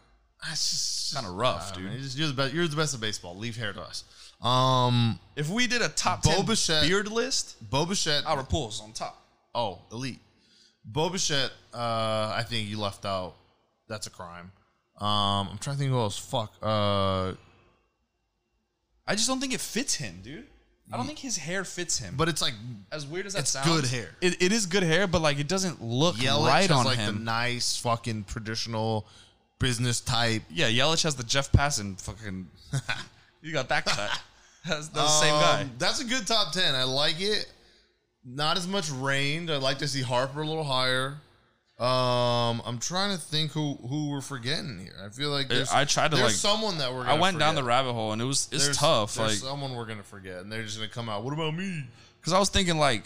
S1: that's just
S2: kind of rough,
S1: I
S2: dude.
S1: mean, you're, just- you're the best. You're the best at baseball. Leave hair to us. Um,
S2: If we did a top
S1: Bo
S2: ten
S1: Bichette-
S2: beard list,
S1: Bo Bichette.
S2: our pulls on top.
S1: Oh, elite. Bo Bichette, uh, I think you left out. That's a crime. Um, I'm trying to think who else. Fuck. Uh,
S2: I just don't think it fits him, dude. I don't think his hair fits him.
S1: but it's like
S2: as weird as that
S1: it's
S2: sounds,
S1: good hair.
S2: It, it is good hair, but like it doesn't look
S1: Yelich
S2: right
S1: has
S2: on
S1: like the
S2: him.
S1: nice fucking traditional business type.
S2: yeah, Yelich has the Jeff Passan fucking. you got that cut. That's the same
S1: Um,
S2: guy.
S1: That's a good top ten. I like it. Not as much rained. I'd like to see Harper a little higher. Um, I'm trying to think who who we're forgetting here. I feel like there's,
S2: I tried to,
S1: there's
S2: like-
S1: someone that we're.
S2: I
S1: gonna
S2: went down the
S1: forget.
S2: rabbit hole and it was it's
S1: There's-
S2: tough. Like
S1: there's someone we're gonna forget, and they're just gonna come out. What about me?
S2: because I was thinking like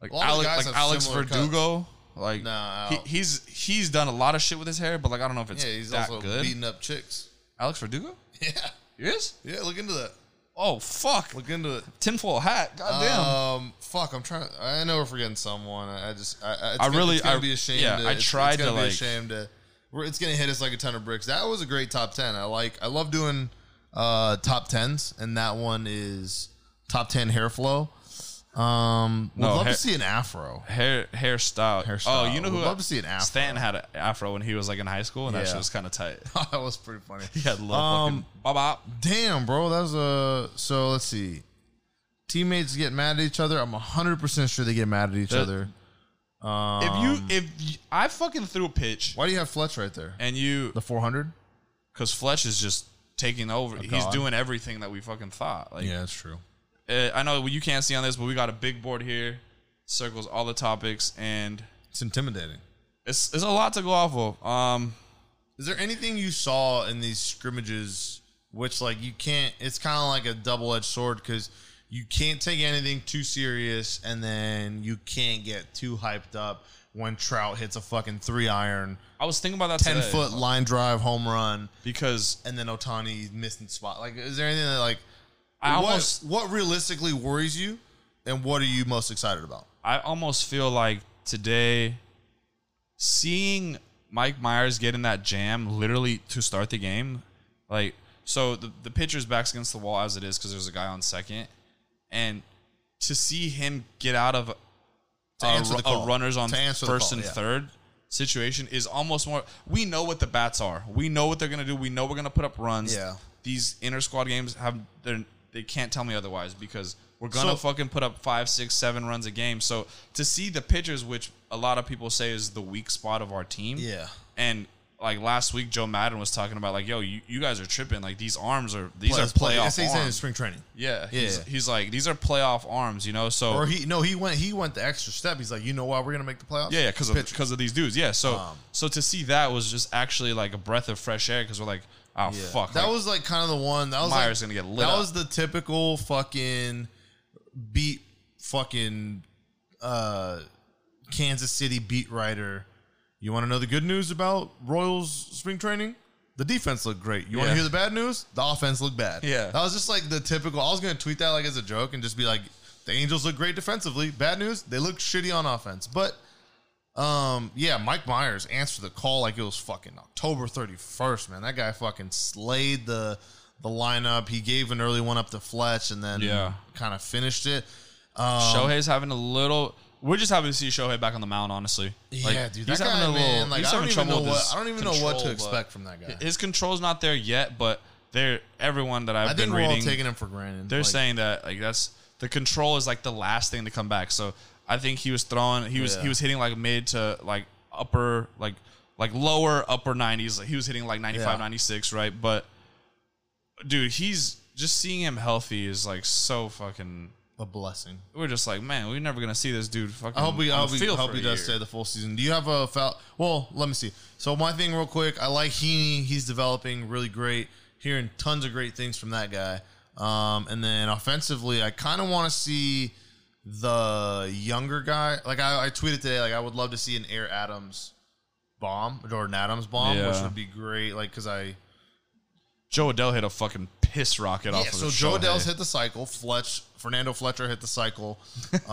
S2: like,
S1: A lot of
S2: Alec,
S1: guys
S2: like
S1: have
S2: Alex
S1: similar
S2: Verdugo. Like
S1: Nah, I
S2: he,
S1: don't-
S2: he's he's done a lot of shit with his hair, but like I don't know if it's
S1: Yeah, he's
S2: that
S1: also
S2: good.
S1: beating up chicks.
S2: Alex Verdugo?
S1: Yeah,
S2: He is?
S1: yeah. Look into that.
S2: Oh fuck!
S1: Look into it.
S2: Tinfoil hat. God damn.
S1: Um, fuck. I'm trying. I know we're forgetting someone. I I just. I, I, it's
S2: I
S1: gonna,
S2: really-
S1: It's gonna
S2: I-
S1: be ashamed.
S2: yeah,
S1: to,
S2: I
S1: it's-
S2: tried
S1: it's gonna
S2: to,
S1: be
S2: like-
S1: ashamed to. We're, it's gonna hit us like a ton of bricks. That was a great top ten. I like. I love doing uh top tens, and that one is top ten hair flow. Um, would
S2: No,
S1: love
S2: hair-
S1: to see an afro.
S2: hair hairstyle.
S1: Hairstyle.
S2: Oh, you know who?
S1: Would love to see an afro.
S2: Stanton had an afro when he was like in high school, and that
S1: Yeah.
S2: shit was kind of tight.
S1: that was pretty funny.
S2: He had little
S1: Um,
S2: fucking bop bop.
S1: Damn, bro, that was a so. Let's see, teammates get mad at each other. I'm hundred percent sure they get mad at each
S2: Uh,
S1: other. Um,
S2: If you if you, I fucking threw a pitch
S1: why do you have Fletch right there?
S2: and you
S1: The 400.
S2: because Fletch is just taking over. He's
S1: god.
S2: doing everything that we fucking thought. Like
S1: that's true.
S2: uh, I know you can't see on this, but we got a big board here, circles all the topics, and
S1: It's intimidating.
S2: it's it's a lot to go off of. Um,
S1: Is there anything you saw in these scrimmages which like you can't? It's kind of like a double edged sword because you can't take anything too serious, and then you can't get too hyped up when Trout hits a fucking three iron,
S2: I was thinking about that
S1: ten
S2: today,
S1: foot line drive home run.
S2: because
S1: and then Otani missing spot. Like, is there anything that like
S2: I
S1: what,
S2: almost
S1: what realistically worries you, and what are you most excited about?
S2: I almost feel like today, seeing Mike Myers get in that jam literally to start the game, like, so the, the pitcher's back's against the wall as it is because there's a guy on second. And to see him get out of a,
S1: answer the
S2: ru- a
S1: call.
S2: runners on
S1: To
S2: first
S1: answer the call,
S2: and
S1: yeah.
S2: third situation is almost more. We know what the bats are. We know what they're going to do. We know we're going to put up runs.
S1: Yeah.
S2: These inter squad games have, they're, they can't tell me otherwise because we're going to
S1: So-
S2: fucking put up five, six, seven runs a game. So to see the pitchers, which a lot of people say is the weak spot of our team, And like last week, Joe Madden was talking about like, yo, you, you guys are tripping. Like these arms are these
S1: Well, it's
S2: are
S1: play- it's-
S2: playoff
S1: it's in
S2: arms.
S1: spring training.
S2: Yeah,
S1: Yeah.
S2: He's, he's like these are playoff arms, you know. So
S1: Or he no, he went he went the extra step. He's like, you know why we're gonna make the playoffs?
S2: yeah, yeah, because of because of these dudes. Yeah, so
S1: Um,
S2: so to see that was just actually like a breath of fresh air because we're like, oh
S1: Yeah.
S2: fuck,
S1: That
S2: like,
S1: was like kind of the one that was
S2: Myers
S1: like,
S2: gonna get lit
S1: That
S2: up.
S1: was the typical fucking beat fucking uh Kansas City beat writer. You want to know the good news about Royals spring training? The defense looked great. You want to
S2: Yeah.
S1: hear the bad news? The offense looked bad.
S2: Yeah.
S1: That was just like the typical. I was going to tweet that like as a joke and just be like, the Angels look great defensively. Bad news, they look shitty on offense. But um, yeah, Mike Myers answered the call like it was fucking October 31st, man. That guy fucking slayed the the lineup. He gave an early one up to Fletch and then
S2: Yeah.
S1: kind of finished it. Um,
S2: Shohei's having a little. We're just happy to see Shohei back on the mound, honestly. Like,
S1: yeah, dude,
S2: he's
S1: that guy,
S2: having a little.
S1: man. Like,
S2: he's
S1: I don't
S2: having
S1: even
S2: trouble
S1: know
S2: with
S1: what
S2: his
S1: I don't even know what to
S2: control, but
S1: expect from that guy.
S2: His control's not there yet, but they're everyone that I've
S1: I
S2: been
S1: think we're all
S2: reading,
S1: taking him for granted.
S2: they're
S1: Like,
S2: saying that like that's the control is like the last thing to come back. So I think he was throwing, he was
S1: Yeah.
S2: he was hitting like mid to like upper like like lower upper 90s. Like, he was hitting like 95,
S1: Yeah.
S2: 96, right? But dude, he's just seeing him healthy is like so fucking
S1: a blessing.
S2: We're just like, man, we're never gonna see this dude. Fucking.
S1: I hope we, I
S2: on the
S1: hope we,
S2: field
S1: hope
S2: for
S1: he
S2: a
S1: does
S2: year.
S1: stay the full season. Do you have a foul? Well, let me see. So my thing, real quick. I like Heaney. He's developing really great. Hearing tons of great things from that guy. Um, and then offensively, I kind of want to see the younger guy. Like I, I tweeted today, like I would love to see an Air Adams bomb, Jordan Adams bomb, which
S2: Yeah.
S1: would be great. Like because I
S2: Joe Adele hit a fucking piss rocket off.
S1: yeah,
S2: of
S1: so
S2: Shohei.
S1: Joe Adele's hit the cycle. Fletch Fernando Fletcher hit the cycle. Um,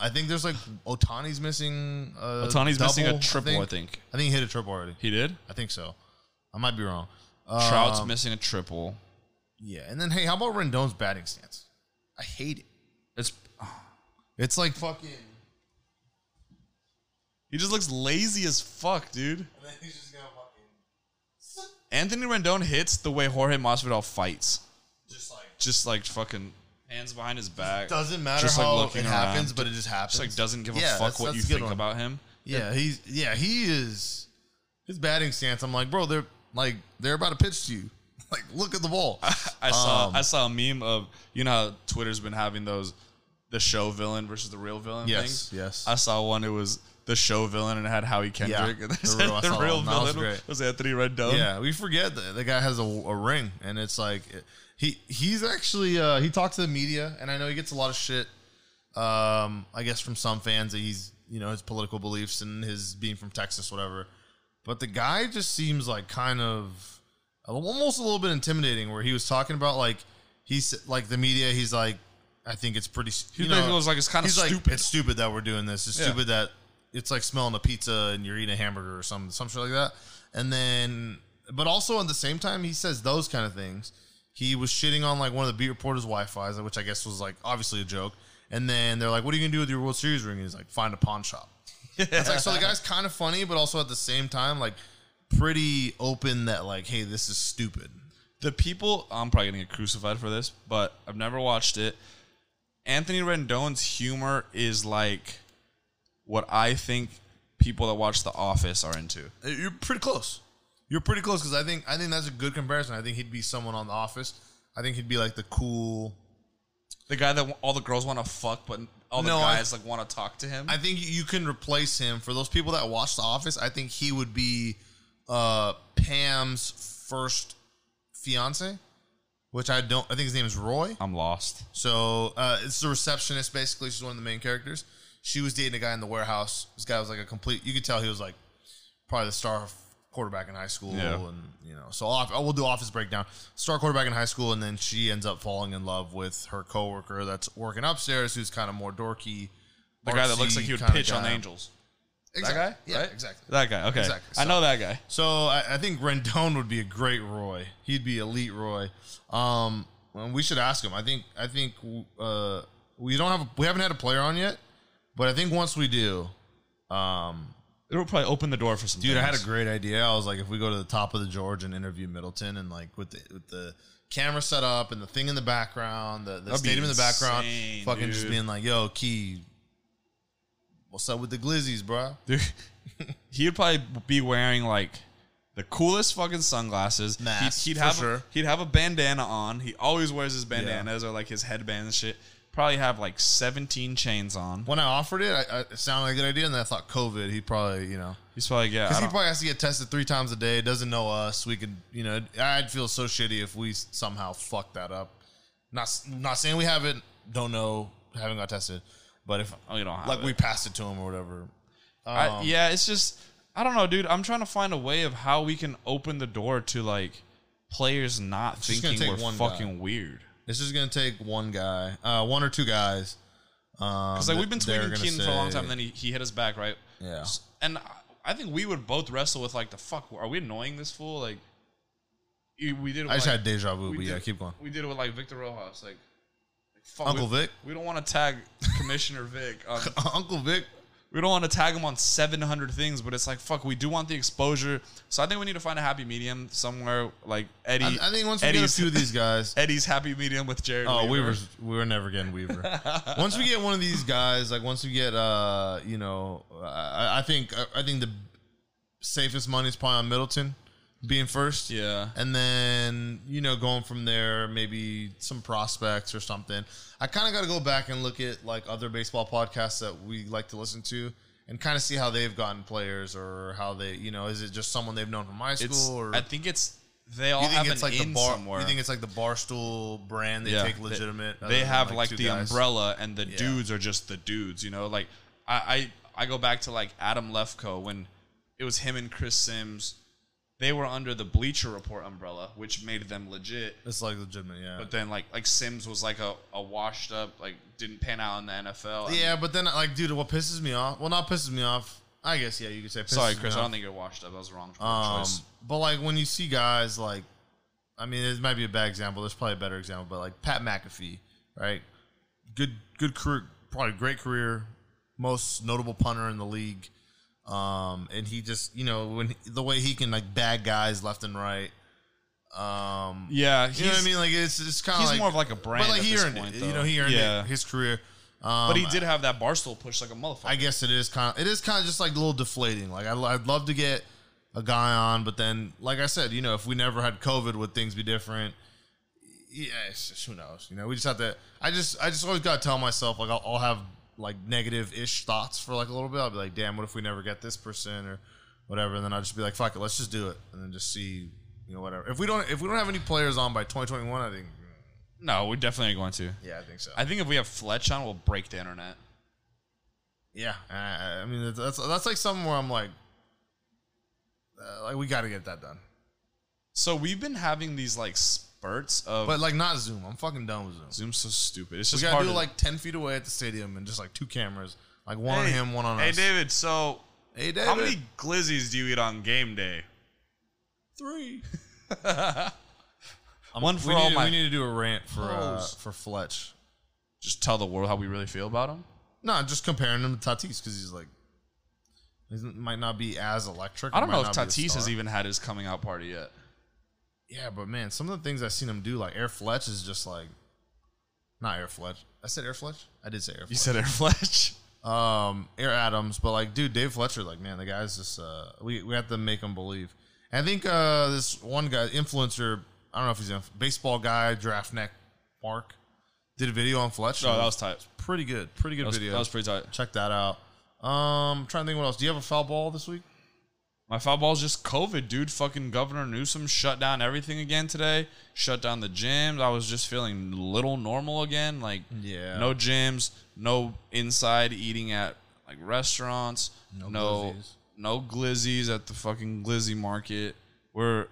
S1: I think there's like Otani's missing. Uh,
S2: Otani's missing a
S1: double,
S2: triple, I think.
S1: I think he hit a triple already.
S2: He did.
S1: I think so. I might be wrong.
S2: Trout's
S1: Um,
S2: missing a triple.
S1: Yeah, and then hey, how about Rendon's batting stance? I hate it.
S2: It's
S1: It's like fucking.
S2: he just looks lazy as fuck, dude.
S1: And then he's just gonna fucking
S2: Anthony Rendon hits the way Jorge Masvidal fights,
S1: just like
S2: just like fucking hands behind his back.
S1: doesn't matter
S2: Just, like,
S1: how
S2: looking
S1: it
S2: around.
S1: happens, but it just happens.
S2: Just like doesn't give a
S1: Yeah,
S2: fuck
S1: that's-
S2: what you
S1: that's a good
S2: think
S1: one.
S2: about him.
S1: Yeah, he's yeah he is. His batting stance, I'm like, bro, they're like they're about to pitch to you. Like, look at the ball.
S2: I saw
S1: Um,
S2: I saw a meme of you know how Twitter's been having those the show villain versus the real villain
S1: Yes,
S2: things.
S1: yes.
S2: I saw one. It was the show villain and it had Howie Kendrick. and
S1: the
S2: it said
S1: real- I
S2: the
S1: saw that
S2: real
S1: one. That was
S2: villain
S1: great.
S2: was Anthony Rendon.
S1: Yeah, we forget that the guy has a, a ring, and it's like he he's actually uh, he talks to the media, and I know he gets a lot of shit. Um, I guess from some fans that he's you know his political beliefs and his being from Texas, whatever. But the guy just seems like kind of almost a little bit intimidating. Where he was talking about like he's like the media, he's like. I think it's pretty. s-
S2: He
S1: you
S2: basically
S1: know,
S2: was like, "It's kinda
S1: he's like,
S2: stupid."
S1: it's stupid that we're doing this. It's
S2: Yeah.
S1: stupid that it's like smelling a pizza and you're eating a hamburger or some some shit like that. And then, but also at the same time, he says those kind of things. He was shitting on like one of the beat reporters' Wi-Fi's, which I guess was like obviously a joke. And then they're like, "What are you gonna do with your World Series ring?" And he's like, "Find a pawn shop." It's like so the guy's kind of funny, but also at the same time, like pretty open that like, "Hey, this is stupid."
S2: The people I'm probably gonna get crucified for this, but I've never watched it. Anthony Rendon's humor is like what I think people that watch The Office are into.
S1: You're pretty close. You're pretty close because I think I think that's a good comparison. I think he'd be someone on The Office. I think he'd be like the cool.
S2: The guy that all the girls want to fuck, but all the
S1: No, I-
S2: guys like want to talk to him.
S1: I think you can replace him for those people that watch The Office. I think he would be uh, Pam's first fiance, which I don't. I think his name is Roy.
S2: I'm lost.
S1: So uh, it's the receptionist. Basically, she's one of the main characters. She was dating a guy in the warehouse. This guy was like a complete. You could tell he was like probably the star quarterback in high school,
S2: Yeah.
S1: and you know. So off, I will do office breakdown. Star quarterback in high school, and then she ends up falling in love with her coworker that's working upstairs, who's kind of more dorky.
S2: The guy that looks like he would pitch on the Angels.
S1: Exactly.
S2: guy,
S1: Yeah,
S2: right?
S1: exactly.
S2: That guy. Okay,
S1: Exactly.
S2: I know that guy.
S1: So I, I think Rendon would be a great Roy. He'd be elite Roy. Um, and we should ask him. I think I think uh, we don't have we haven't had a player on yet, but I think once we do, um,
S2: It'll probably open the door for some.
S1: dude, I had a
S2: things.
S1: great idea. I was like, if we go to the top of the George and interview Middleton, and like with the with the camera set up and the thing in the background, the, the
S2: That'd be
S1: stadium in the background,
S2: insane,
S1: fucking just
S2: dude.
S1: being like, "Yo, Key, what's up with the glizzies, bro?"
S2: Dude, he would probably be wearing like the coolest fucking sunglasses.
S1: Mask,
S2: he'd, he'd
S1: for
S2: have a,
S1: sure.
S2: he'd have a bandana on. He always wears his bandanas or like his headband and shit. Probably have like 17 chains on.
S1: When I offered it, I, I, it sounded like a good idea, and then I thought COVID, he probably, you know.
S2: He's probably yeah. I
S1: Because he
S2: don't-
S1: probably has to get tested three times a day. Doesn't know us. We could, you know, I'd feel so shitty if we somehow fucked that up. Not, not saying we haven't. Don't know. Haven't got tested. But if
S2: oh, you don't have
S1: like
S2: it.
S1: we passed it to him or whatever.
S2: I, yeah, it's just I don't know, dude. I'm trying to find a way of how we can open the door to like players not
S1: just gonna
S2: thinking we're
S1: take one guy. Um,
S2: fucking weird.
S1: This is gonna take one guy, uh, one or two guys. um, Because
S2: It's like we've been tweeting Keenan for a long time, and then he, he hit us back, right?
S1: Yeah.
S2: S- And I- I think we would both wrestle with like the fuck. Are we annoying this fool? Like, you- we did. It with,
S1: I just
S2: like,
S1: had deja vu,
S2: we
S1: but
S2: did,
S1: yeah, keep going.
S2: We did it with like Victor Rojas, like, like, fuck,
S1: Uncle
S2: we,
S1: Vic?
S2: We don't want to tag Commissioner Vic. On,
S1: Uncle Vic,
S2: we don't want to tag him on seven hundred things, but it's like fuck. We do want the exposure, so I think we need to find a happy medium somewhere. Like Eddie,
S1: I, I think once we get a
S2: Eddie's-
S1: few of these guys,
S2: Eddie's happy medium with Jared.
S1: Oh,
S2: Weaver.
S1: Weaver's we were never getting Weaver. once we get one of these guys, like once we get uh, you know, I, I think I, I think the safest money is probably on Middleton. being first.
S2: Yeah.
S1: And then, you know, going from there, maybe some prospects or something. I kind of got to go back and look at like other baseball podcasts that we like to listen to and kind of see how they've gotten players or how they, you know, is it just someone they've known from high school
S2: It's,
S1: or
S2: I think it's they all
S1: you think
S2: have
S1: it's
S2: an
S1: like
S2: in
S1: the bar
S2: somewhere.
S1: you think it's like the Barstool brand they
S2: Yeah.
S1: take
S2: They-
S1: legitimate other
S2: they
S1: than,
S2: have like,
S1: two
S2: the
S1: guys?
S2: umbrella and the dudes are just the dudes you know like I, I i go back to like adam lefko when it was him and chris sims they were under the bleacher report umbrella which made them legit
S1: It's like legitimate, yeah.
S2: but then like like sims was like a, a washed up like didn't pan out in the nfl
S1: yeah, but then like dude, what pisses me off? Well, not pisses me off. I guess yeah, you could say pisses
S2: sorry
S1: me
S2: chris i
S1: off.
S2: don't think you're washed up that was the wrong
S1: Um,
S2: choice
S1: but like when you see guys like, I mean, it might be a bad example. There's probably a better example, but like Pat McAfee, right? Good, good career, probably great career, most notable punter in the league. Um, and he just, you know, when the way he can like bag guys left and right. Um,
S2: yeah
S1: you know what I mean? Like it's it's kind
S2: he's
S1: like,
S2: more of like a brand
S1: But like
S2: at
S1: he
S2: this
S1: earned it.
S2: point,
S1: You
S2: though.
S1: know, he earned
S2: Yeah.
S1: it, his career. Um,
S2: but he did have that barstool push like a motherfucker
S1: I guess it is kind. Of, it is kind of just like a little deflating. Like I, would love to get a guy on, but then, like I said, you know, if we never had COVID, would things be different? Yeah, it's just- who knows? You know, we just have to. I just, I just always gotta tell myself like I'll, I'll have like negative ish thoughts for like a little bit. I'll be like, damn, what if we never get this person or whatever? And then I'll just be like, fuck it, let's just do it, and then just see, you know, whatever. If we don't, if we don't have any players on by 2021, I think,
S2: no we're definitely going to
S1: yeah, I think so.
S2: i think if we have fletch on we'll break the internet
S1: Yeah, I, I- I mean that's- that's that's like something where I'm like, uh, like we got to get that done,
S2: So we've been having these like spurts of
S1: but like not Zoom. I'm fucking done with Zoom.
S2: Zoom's so stupid. It's
S1: We
S2: just
S1: gotta
S2: hard
S1: do
S2: to-
S1: like ten feet away at the stadium and just like two cameras, like one on him, one on
S2: Hey
S1: us.
S2: David, so
S1: Hey, David.
S2: how many glizzies do you eat on game day?
S1: Three.
S2: One for
S1: we
S2: all
S1: need,
S2: my.
S1: We need to do a rant for uh,
S2: Hoes.
S1: for Fletch.
S2: just tell the world how we really feel about him.
S1: No, just comparing him to Tatis because he's like, he might not be as electric.
S2: I don't
S1: might
S2: know
S1: not
S2: if
S1: be a
S2: Tatis has
S1: star.
S2: even had his coming out party yet.
S1: Yeah, but man, some of the things I've seen him do, like Air Fletch, is just like, not Air Fletch. I said Air Fletch. I did say Air. Fletch.
S2: Air Fletch.
S1: um Air Adams, but like dude, Dave Fletcher, like man, the guy's just uh we, we have to make him believe. I think uh this one guy influencer, I don't know if he's a baseball guy, draft neck Mark, did a video on Fletcher.
S2: No, Oh, that was tight.
S1: pretty good, pretty good
S2: That was,
S1: video.
S2: that was pretty tight.
S1: Check that out. Um, trying to think what else. Do you have a foul ball this week?
S2: My foul ball's just COVID, dude. Fucking Governor Newsom shut down everything again today. Shut down the gyms. I was just feeling little normal again. Like
S1: Yeah.
S2: no gyms, no inside eating at like restaurants,
S1: No
S2: no no
S1: glizzies.
S2: glizzies, at the fucking glizzy market. We're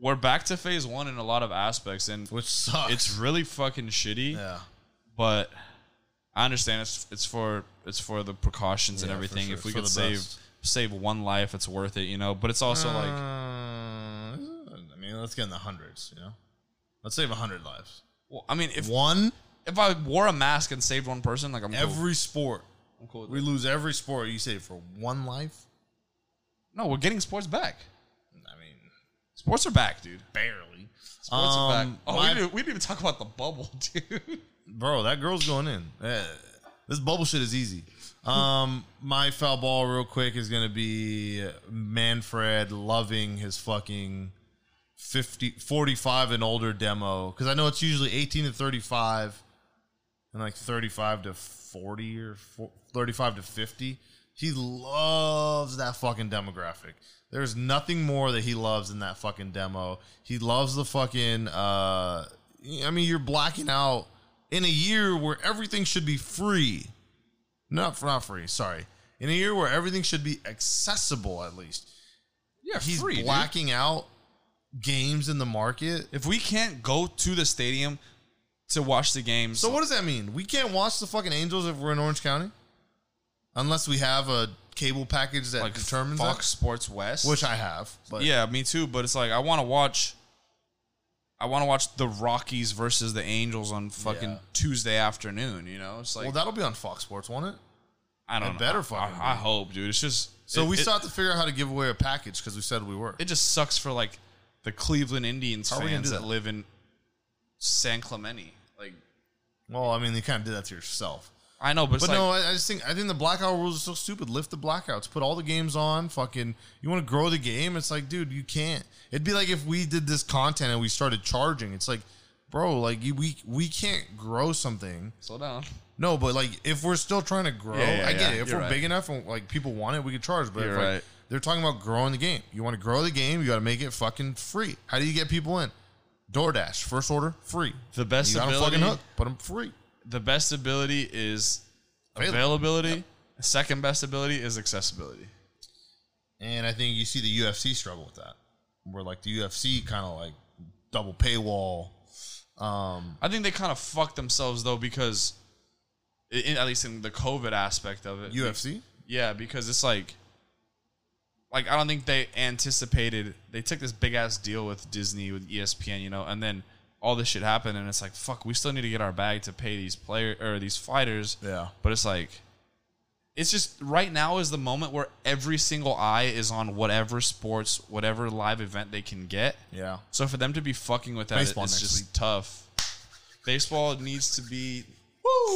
S2: we're back to phase one in a lot of aspects, and
S1: Which sucks.
S2: it's really fucking shitty.
S1: yeah.
S2: But I understand it's it's for it's for the precautions and
S1: Yeah, for
S2: everything.
S1: sure.
S2: If we
S1: For
S2: could
S1: the
S2: save
S1: best.
S2: save one life, it's worth it, you know. But it's also like
S1: Uh, I mean, let's get in the hundreds. You know, let's save hundred lives.
S2: Well, I mean, if
S1: One
S2: if I wore a mask and saved one person, like I'm cool.
S1: every sport.
S2: I'm cool with
S1: We
S2: that.
S1: lose every sport. You save for one life.
S2: No, we're getting sports back.
S1: I mean,
S2: Sports are back, dude.
S1: barely.
S2: Sports are back.
S1: Um,
S2: Oh,
S1: my-
S2: we, didn't, we didn't even talk about the bubble, dude.
S1: bro, that girl's going in. Eh, this bubble shit is easy. Um, my foul ball, real quick, is gonna be Manfred loving his fucking 50, 45 and older demo because I know it's usually eighteen to thirty five, and like thirty five to forty or fo- thirty five to fifty. He loves that fucking demographic. There's nothing more that he loves than that fucking demo. He loves the fucking. Uh, I mean, you're blacking out in a year where everything should be free. Not not free. Sorry. In a year where everything should be accessible, at least
S2: Yeah,
S1: he's blacking out games in the market.
S2: If we can't go to the stadium to watch the games,
S1: So what does that mean? We can't watch the fucking Angels if we're in Orange County, unless we have a cable package that
S2: like
S1: determines
S2: Fox Sports West,
S1: that, which I have. But
S2: yeah, me too. But it's like I want to watch. I want to watch the Rockies versus the Angels on fucking
S1: Yeah.
S2: Tuesday afternoon. You know, it's like
S1: well, that'll be on Fox Sports, won't it?
S2: I don't
S1: it
S2: know.
S1: better
S2: I-
S1: fucking
S2: I, I
S1: be.
S2: hope, dude. It's just
S1: So
S2: it-
S1: we
S2: it-
S1: still have to figure out how to give away a package because we said we were.
S2: it just sucks for like the Cleveland Indians
S1: are we gonna
S2: fans
S1: do
S2: that?
S1: that?
S2: live in San Clemente. Like
S1: well, I mean, you kind of did that to yourself.
S2: I know, but, it's
S1: But
S2: like,
S1: no, I, I just think I think the blackout rules are so stupid. Lift the blackouts, put all the games on. Fucking, you want to grow the game? It's like, dude, you can't. It'd be like if we did this content and we started charging. It's like, bro, like you, we we can't grow something.
S2: slow down.
S1: No, but like if we're still trying to grow,
S2: Yeah, yeah,
S1: I get
S2: yeah.
S1: it. If
S2: You're
S1: we're
S2: right.
S1: big enough and like people want it, we can charge. But if,
S2: You're
S1: like,
S2: right.
S1: they're talking about growing the game. You want to grow the game, you got to make it fucking free. How do you get people in? DoorDash first order free.
S2: The best
S1: you got 'em
S2: ability,
S1: fucking hooked, but I'm free.
S2: the best ability is
S1: Available.
S2: availability. Second best ability is accessibility.
S1: And I think you see the UFC struggle with that, where like the UFC kind of like double paywall. Um,
S2: I think they kind of fucked themselves though because, i- in, at least in the COVID aspect of it,
S1: UFC.
S2: Yeah, because it's like, like I don't think they anticipated. They took this big ass deal with Disney with E ESPN, you know, and then all this shit happened, and it's like, fuck, we still need to get our bag to pay these player or these fighters.
S1: Yeah.
S2: But it's like, it's just right now is the moment where every single eye is on whatever sports, whatever live event they can get.
S1: Yeah.
S2: So for them to be fucking with that,
S1: Baseball
S2: it's
S1: next
S2: just
S1: week.
S2: tough. Baseball needs to be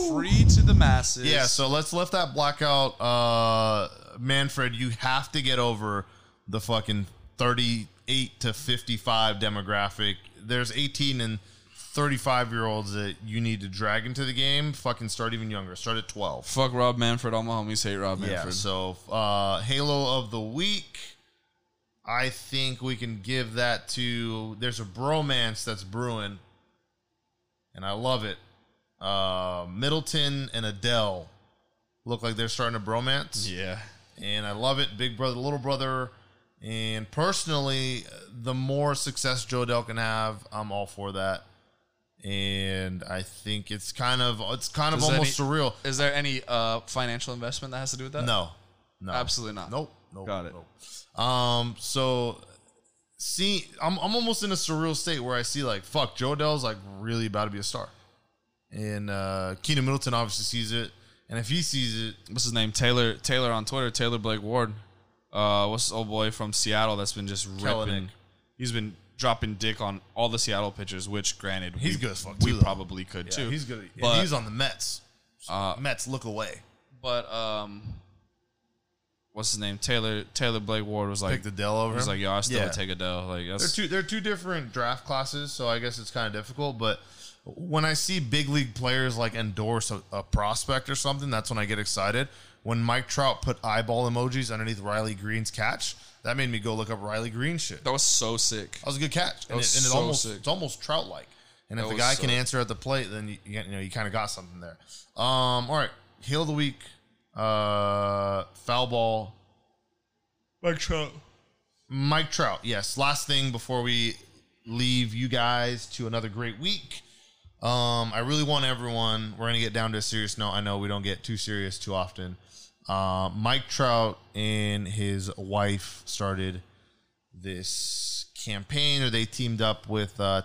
S2: free to the masses.
S1: Yeah, so let's lift that blackout. Uh, Manfred, you have to get over the fucking 38 to 55 demographic. There's 18 and 35 year olds that you need to drag into the game. Fucking start even younger. Start at 12.
S2: Fuck Rob Manfred. All my homies hate Rob
S1: Yeah,
S2: Manfred.
S1: so uh, Halo of the Week. I think we can give that to. There's a bromance that's brewing, and I love it. Uh, Middleton and Adele look like they're starting a bromance,
S2: Yeah.
S1: and I love it. Big brother, little brother, and personally, the more success Joe Adele can have, I'm all for that. And I think it's kind of it's kind of
S2: Does
S1: almost
S2: any-
S1: surreal.
S2: Is there any uh, financial investment that has to do with that?
S1: No, no,
S2: Absolutely not.
S1: Nope. nope
S2: Got it.
S1: nope. Um. So, see, I'm I'm almost in a surreal state where I see like, fuck, Joe Dell's like really about to be a star, and uh Keenan Middleton obviously sees it, and if he sees it,
S2: What's his name? Taylor. Taylor on Twitter. Taylor Blake Ward. Uh, what's this old boy from Seattle that's been just
S1: Kellenick.
S2: ripping? He's been dropping dick on all the Seattle pitchers, which granted
S1: He's
S2: we,
S1: good as fuck,
S2: we
S1: too, though.
S2: probably could too.
S1: he's good.
S2: But-
S1: But, he's on the Mets.
S2: Uh,
S1: Mets look away.
S2: But um, what's his name? Taylor Taylor Blake Ward was like,
S1: Pick the Dell over.
S2: he's
S1: him.
S2: like, yo, I still
S1: Yeah.
S2: would take Adele. Like
S1: They're
S2: that's
S1: two they're two different draft classes, so I guess it's kind of difficult. But when I see big league players like endorse a, a prospect or something, that's when I get excited. When Mike Trout put eyeball emojis underneath Riley Green's catch, that made me go look up Riley Green shit. That
S2: that was so sick.
S1: was a good catch, and,
S2: was
S1: it, and it
S2: so
S1: almost
S2: sick.
S1: it's almost Trout like. And if
S2: That
S1: the
S2: was
S1: guy can
S2: so-
S1: answer at the plate, then you, you know you kind of got something there. Um, all right, heel of the week, uh, foul ball
S2: Mike Trout.
S1: Mike Trout. Yes. Last thing before we leave you guys to another great week. Um, I really want everyone. We're gonna get down to a serious note. I know we don't get too serious too often. Uh, Mike Trout and his wife started this campaign, or they teamed up with uh,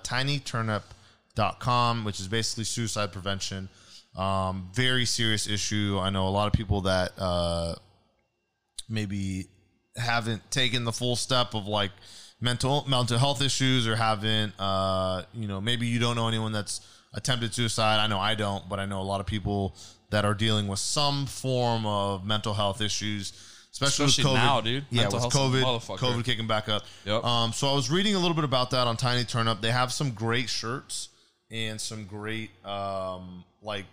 S1: TinyTurnip.com, which is basically suicide prevention. Um, very serious issue. I know a lot of people that uh, maybe haven't taken the full step of like mental mental health issues or haven't uh you know maybe you don't know anyone that's attempted suicide i know i don't but i know a lot of people that are dealing with some form of mental health issues especially,
S2: Especially
S1: with covid
S2: now, dude.
S1: yeah
S2: Mental
S1: with
S2: health's a
S1: covid
S2: motherfucker.
S1: covid kicking back up
S2: Yep.
S1: um so i was reading a little bit about that on tiny turnup they have some great shirts and some great um like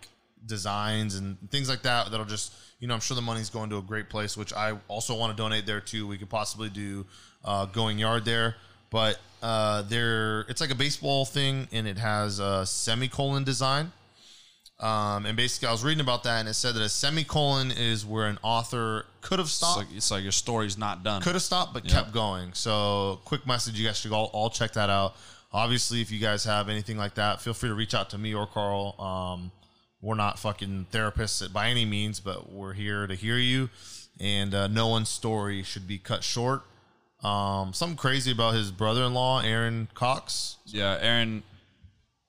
S1: designs and things like that that'll just you know i'm sure the money's going to a great place which i also want to donate there too we could possibly do uh, going yard there but uh there it's like a baseball thing and it has a semicolon design um, and basically, I was reading about that, and it said that a semicolon is where an author could have
S2: It's
S1: stopped,
S2: like it's like your story's not done.
S1: could have stopped but kept going so quick message you guys should all, all check that out obviously if you guys have anything like that feel free to reach out to me or carl um, we're not fucking therapists by any means but we're here to hear you and uh, no one's story should be cut short um, something crazy about his brother-in-law aaron cox
S2: Yeah, Aaron.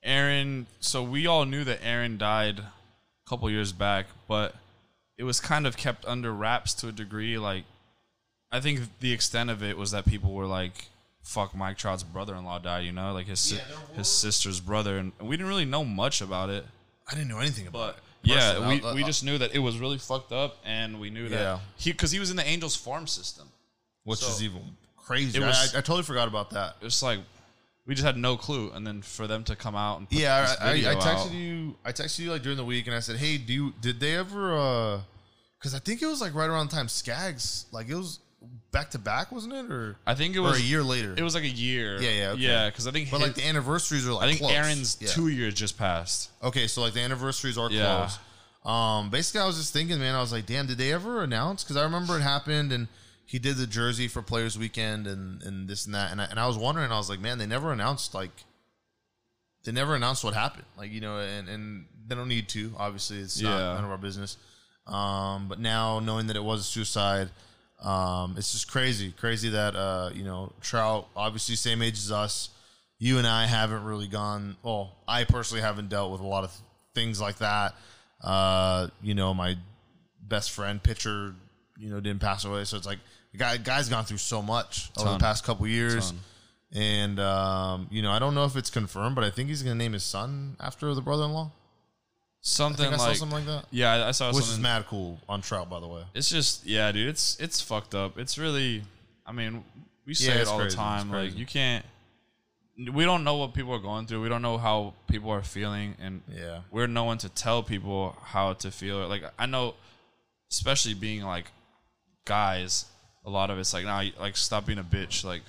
S2: Aaron. So we all knew that Aaron died a couple years back, but it was kind of kept under wraps to a degree. Like, I think the extent of it was that people were like, "Fuck, Mike Trout's brother-in-law died," you know, like his si-
S1: Yeah, there
S2: his sister's brother, and we didn't really know much about it.
S1: i didn't know anything about
S2: But yeah,
S1: person.
S2: we,
S1: I- I-
S2: we just knew that it was really fucked up, and we knew that
S1: uh, Yeah.
S2: he because he was in the Angels farm system.
S1: which
S2: So-
S1: is even crazy.
S2: It
S1: I-
S2: was-
S1: I, I totally forgot about that.
S2: It was like we just had no clue, and then for them to come out and put
S1: Yeah,
S2: this
S1: I, I,
S2: video
S1: I texted
S2: out-
S1: you. I texted you like during the week, and I said, "Hey, do you did they ever?" uh Because I think it was like right around the time Skaggs, like it was back to back, wasn't it? Or
S2: I think it
S1: or
S2: was
S1: a year later.
S2: It was like a year.
S1: Yeah, yeah, okay.
S2: yeah. Because I think
S1: but like
S2: his-
S1: the anniversaries are like
S2: I think
S1: close.
S2: Aaron's
S1: Yeah.
S2: two years just passed.
S1: Okay, so like the anniversaries are
S2: Yeah.
S1: close. Um, basically, I was just thinking, man, I was like, damn, did they ever announce? Because I remember it happened, and he did the jersey for Players Weekend, and and this and that, and I, and I was wondering, I was like, man, they never announced like, they never announced what happened, like you know, and and they don't need to, obviously, it's
S2: Yeah.
S1: not none of our business. Um, but now knowing that it was a suicide, um, it's just crazy, crazy that uh, you know, Trout, obviously same age as us, you and I haven't really gone. Well, I personally haven't dealt with a lot of th- things like that. Uh, you know, my best friend pitcher, you know, didn't pass away, so it's like the guy guy's gone through so much over the
S2: Ton.
S1: past couple years.
S2: Ton.
S1: And um, you know, I don't know if it's confirmed, but I think he's going to name his son after the brother-in-law. I
S2: Something
S1: think I saw
S2: like
S1: something like that,
S2: yeah, I, I saw
S1: which is
S2: something.
S1: mad cool on Trout, by the way.
S2: It's just yeah, dude. It's it's fucked up. It's really. I mean, we say
S1: Yeah,
S2: it
S1: it's
S2: all
S1: crazy,
S2: the time.
S1: it's
S2: Like
S1: crazy.
S2: you can't. We don't know what people are going through. We don't know how people are feeling, and
S1: Yeah.
S2: we're no one to tell people how to feel. Like I know, especially being like guys, a lot of it's like nah, like stop being a bitch. Like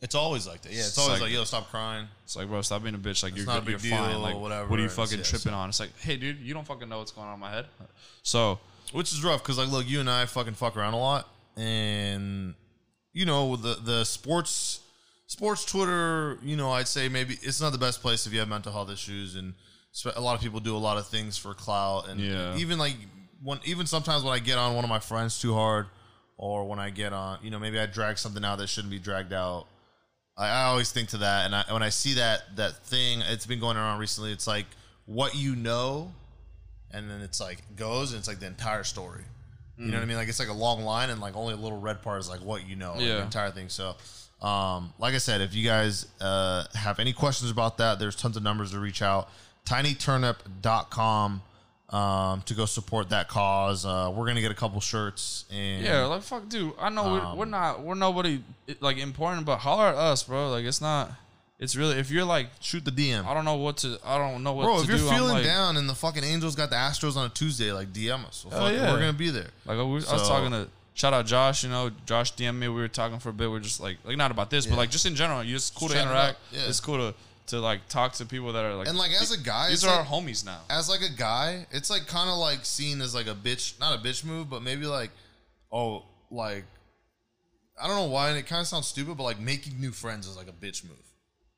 S1: It's always like that. Yeah, it's
S2: It's
S1: always
S2: like-
S1: like, yo, stop crying.
S2: It's like, bro, stop being a bitch. Like you're
S1: not a
S2: good, you're
S1: big
S2: fine.
S1: deal,
S2: Like
S1: whatever
S2: What are you
S1: it is,
S2: fucking
S1: yeah,
S2: tripping on? It's like, hey, dude, you don't fucking know what's going on in my head. So
S1: Which is rough because, like, look, you and I fucking fuck around a lot, and you know the the sports sports Twitter. You know, I'd say maybe it's not the best place if you have mental health issues, and spe- a lot of people do a lot of things for clout, and
S2: Yeah.
S1: even like when even sometimes when I get on one of my friends too hard, or when I get on, you know, maybe I drag something out that shouldn't be dragged out. I, I always think to that, and I, when I see that that thing, it's been going around recently. It's like what you know, and then it's like goes, and it's like the entire story. You
S2: Mm.
S1: know what I mean? Like it's like a long line, and like only a little red part is like what you know, like,
S2: Yeah.
S1: the entire thing. So, um, like I said, if you guys uh, have any questions about that, there's tons of numbers to reach out. TinyTurnip.com um, to go support that cause. Uh, we're gonna get a couple shirts and
S2: yeah, like fuck, dude. I know we're, we're
S1: Um,
S2: not we're nobody like important, but holler at us, bro. Like it's not. It's really if you're like
S1: shoot the DM.
S2: I don't know what to I don't know what
S1: Bro,
S2: to
S1: if you're
S2: do, I'm
S1: feeling
S2: like-
S1: down and the fucking Angels got the Astros on a Tuesday, like DM us. Well,
S2: Hell
S1: fuck,
S2: yeah.
S1: We're gonna be there.
S2: Like I was, I was
S1: So-
S2: talking to shout out Josh. You know, Josh DM me. We were talking for a bit. We're just like like not about this, but like just in general. You just cool
S1: Just
S2: to
S1: chatting
S2: interact.
S1: about- yeah.
S2: It's cool to to like talk to people that are like
S1: And like as a guy,
S2: these
S1: it's
S2: are
S1: like,
S2: our homies now.
S1: as like a guy, it's like kind of like seen as like a bitch, not a bitch move, but maybe like, oh, like I don't know why, and it kind of sounds stupid, but like making new friends is like a bitch move.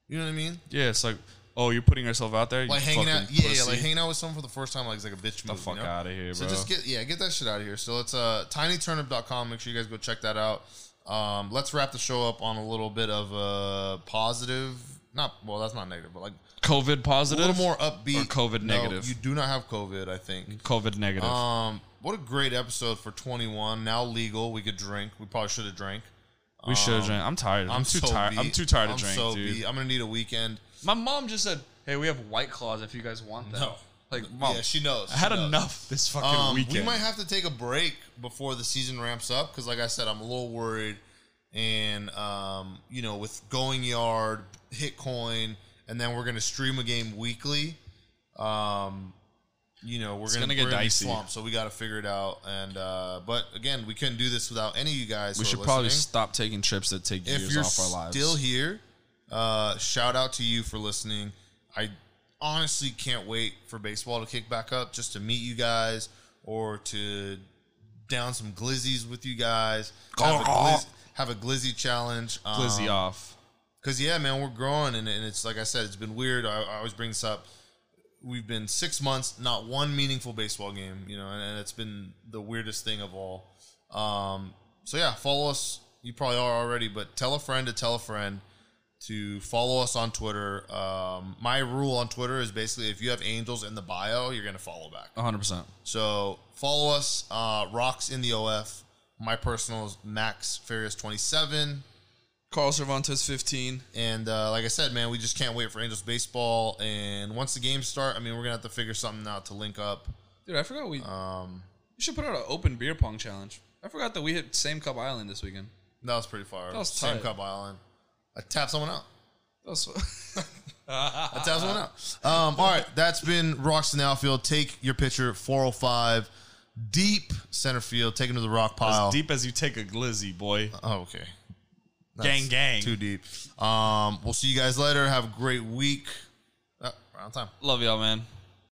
S1: You know what I mean?
S2: Yeah, it's like oh, you're putting yourself out there.
S1: Like
S2: you
S1: hanging
S2: fucking
S1: out, yeah, yeah,
S2: pussy.
S1: like hanging out with someone for the first time, like is like a bitch move.
S2: the fuck
S1: you know?
S2: out of here,
S1: So
S2: bro.
S1: just get yeah, get that shit out of here. So it's uh tinyturnip.com. Make sure you guys go check that out. Um, let's wrap the show up on a little bit of a positive. Not well, that's not negative, but like
S2: COVID positive.
S1: a little more upbeat.
S2: Or COVID
S1: No,
S2: negative. Mm-hmm.
S1: You do not have COVID, I think.
S2: COVID negative.
S1: Um, what a great episode for 21. Now legal, we could drink. We probably should have drank.
S2: we should have drank. I'm tired. I'm, too
S1: Uh, so
S2: tired. I'm
S1: beat.
S2: too tired to
S1: I'm
S2: drink,
S1: so
S2: dude.
S1: beat. I'm gonna need a weekend.
S2: My mom just said, "Hey, we have White Claws if you guys want that."
S1: No.
S2: Oh, Like, mom,
S1: yeah, she knows.
S2: I had
S1: She knows.
S2: enough this fucking
S1: Um,
S2: weekend.
S1: we might have to take a break before the season ramps up because, like I said, I'm a little worried. And um, you know, with going yard, hit coin, and then we're gonna stream a game weekly. Um, you know, we're gonna,
S2: gonna get
S1: we're be
S2: dicey.
S1: slumped, so we got to figure it out. And uh, but again, we couldn't do this without any of you guys.
S2: we
S1: who are
S2: should probably
S1: listening
S2: stop taking trips that take
S1: if
S2: years
S1: you're
S2: off our lives.
S1: still here, uh, shout out to you for listening. I honestly can't wait for baseball to kick back up just to meet you guys or to down some glizzies with you guys. Have a, glizz, have a glizzy challenge. Um,
S2: Glizzy off.
S1: Cause yeah, man, we're growing, and, and it's like I said, it's been weird. I, I always bring this up. We've been six months, not one meaningful baseball game, you know, and, and it's been the weirdest thing of all. Um, so yeah, follow us. You probably are already, but tell a friend to tell a friend to follow us on Twitter. Um, my rule on Twitter is basically if you have angels in the bio, you're gonna follow back.
S2: 100. percent
S1: So follow us, uh, rocks in the OF. My personal is Max Farias twenty seven.
S2: Carl Cervantes 15.
S1: And uh, like I said, man, we just can't wait for Angels baseball. And once the games start, I mean, we're gonna have to figure something out to link up.
S2: Dude, I forgot we.
S1: Um,
S2: You should put out an open beer pong challenge. I forgot that we hit same cup island this weekend.
S1: that was pretty far.
S2: was
S1: Same
S2: tight.
S1: Cup Island. I tapped someone out.
S2: That was
S4: Uh,
S1: I tapped someone out. Um, all right, that's been Roxton Outfield. Take your pitcher, 405, deep center field. Take him to the rock pile.
S4: As deep as you take a glizzy, boy.
S1: Oh, okay.
S4: Gang, gang.
S1: Too deep. Um, we'll see you guys later. Have a great week. Uh, around time.
S4: Love y'all, man.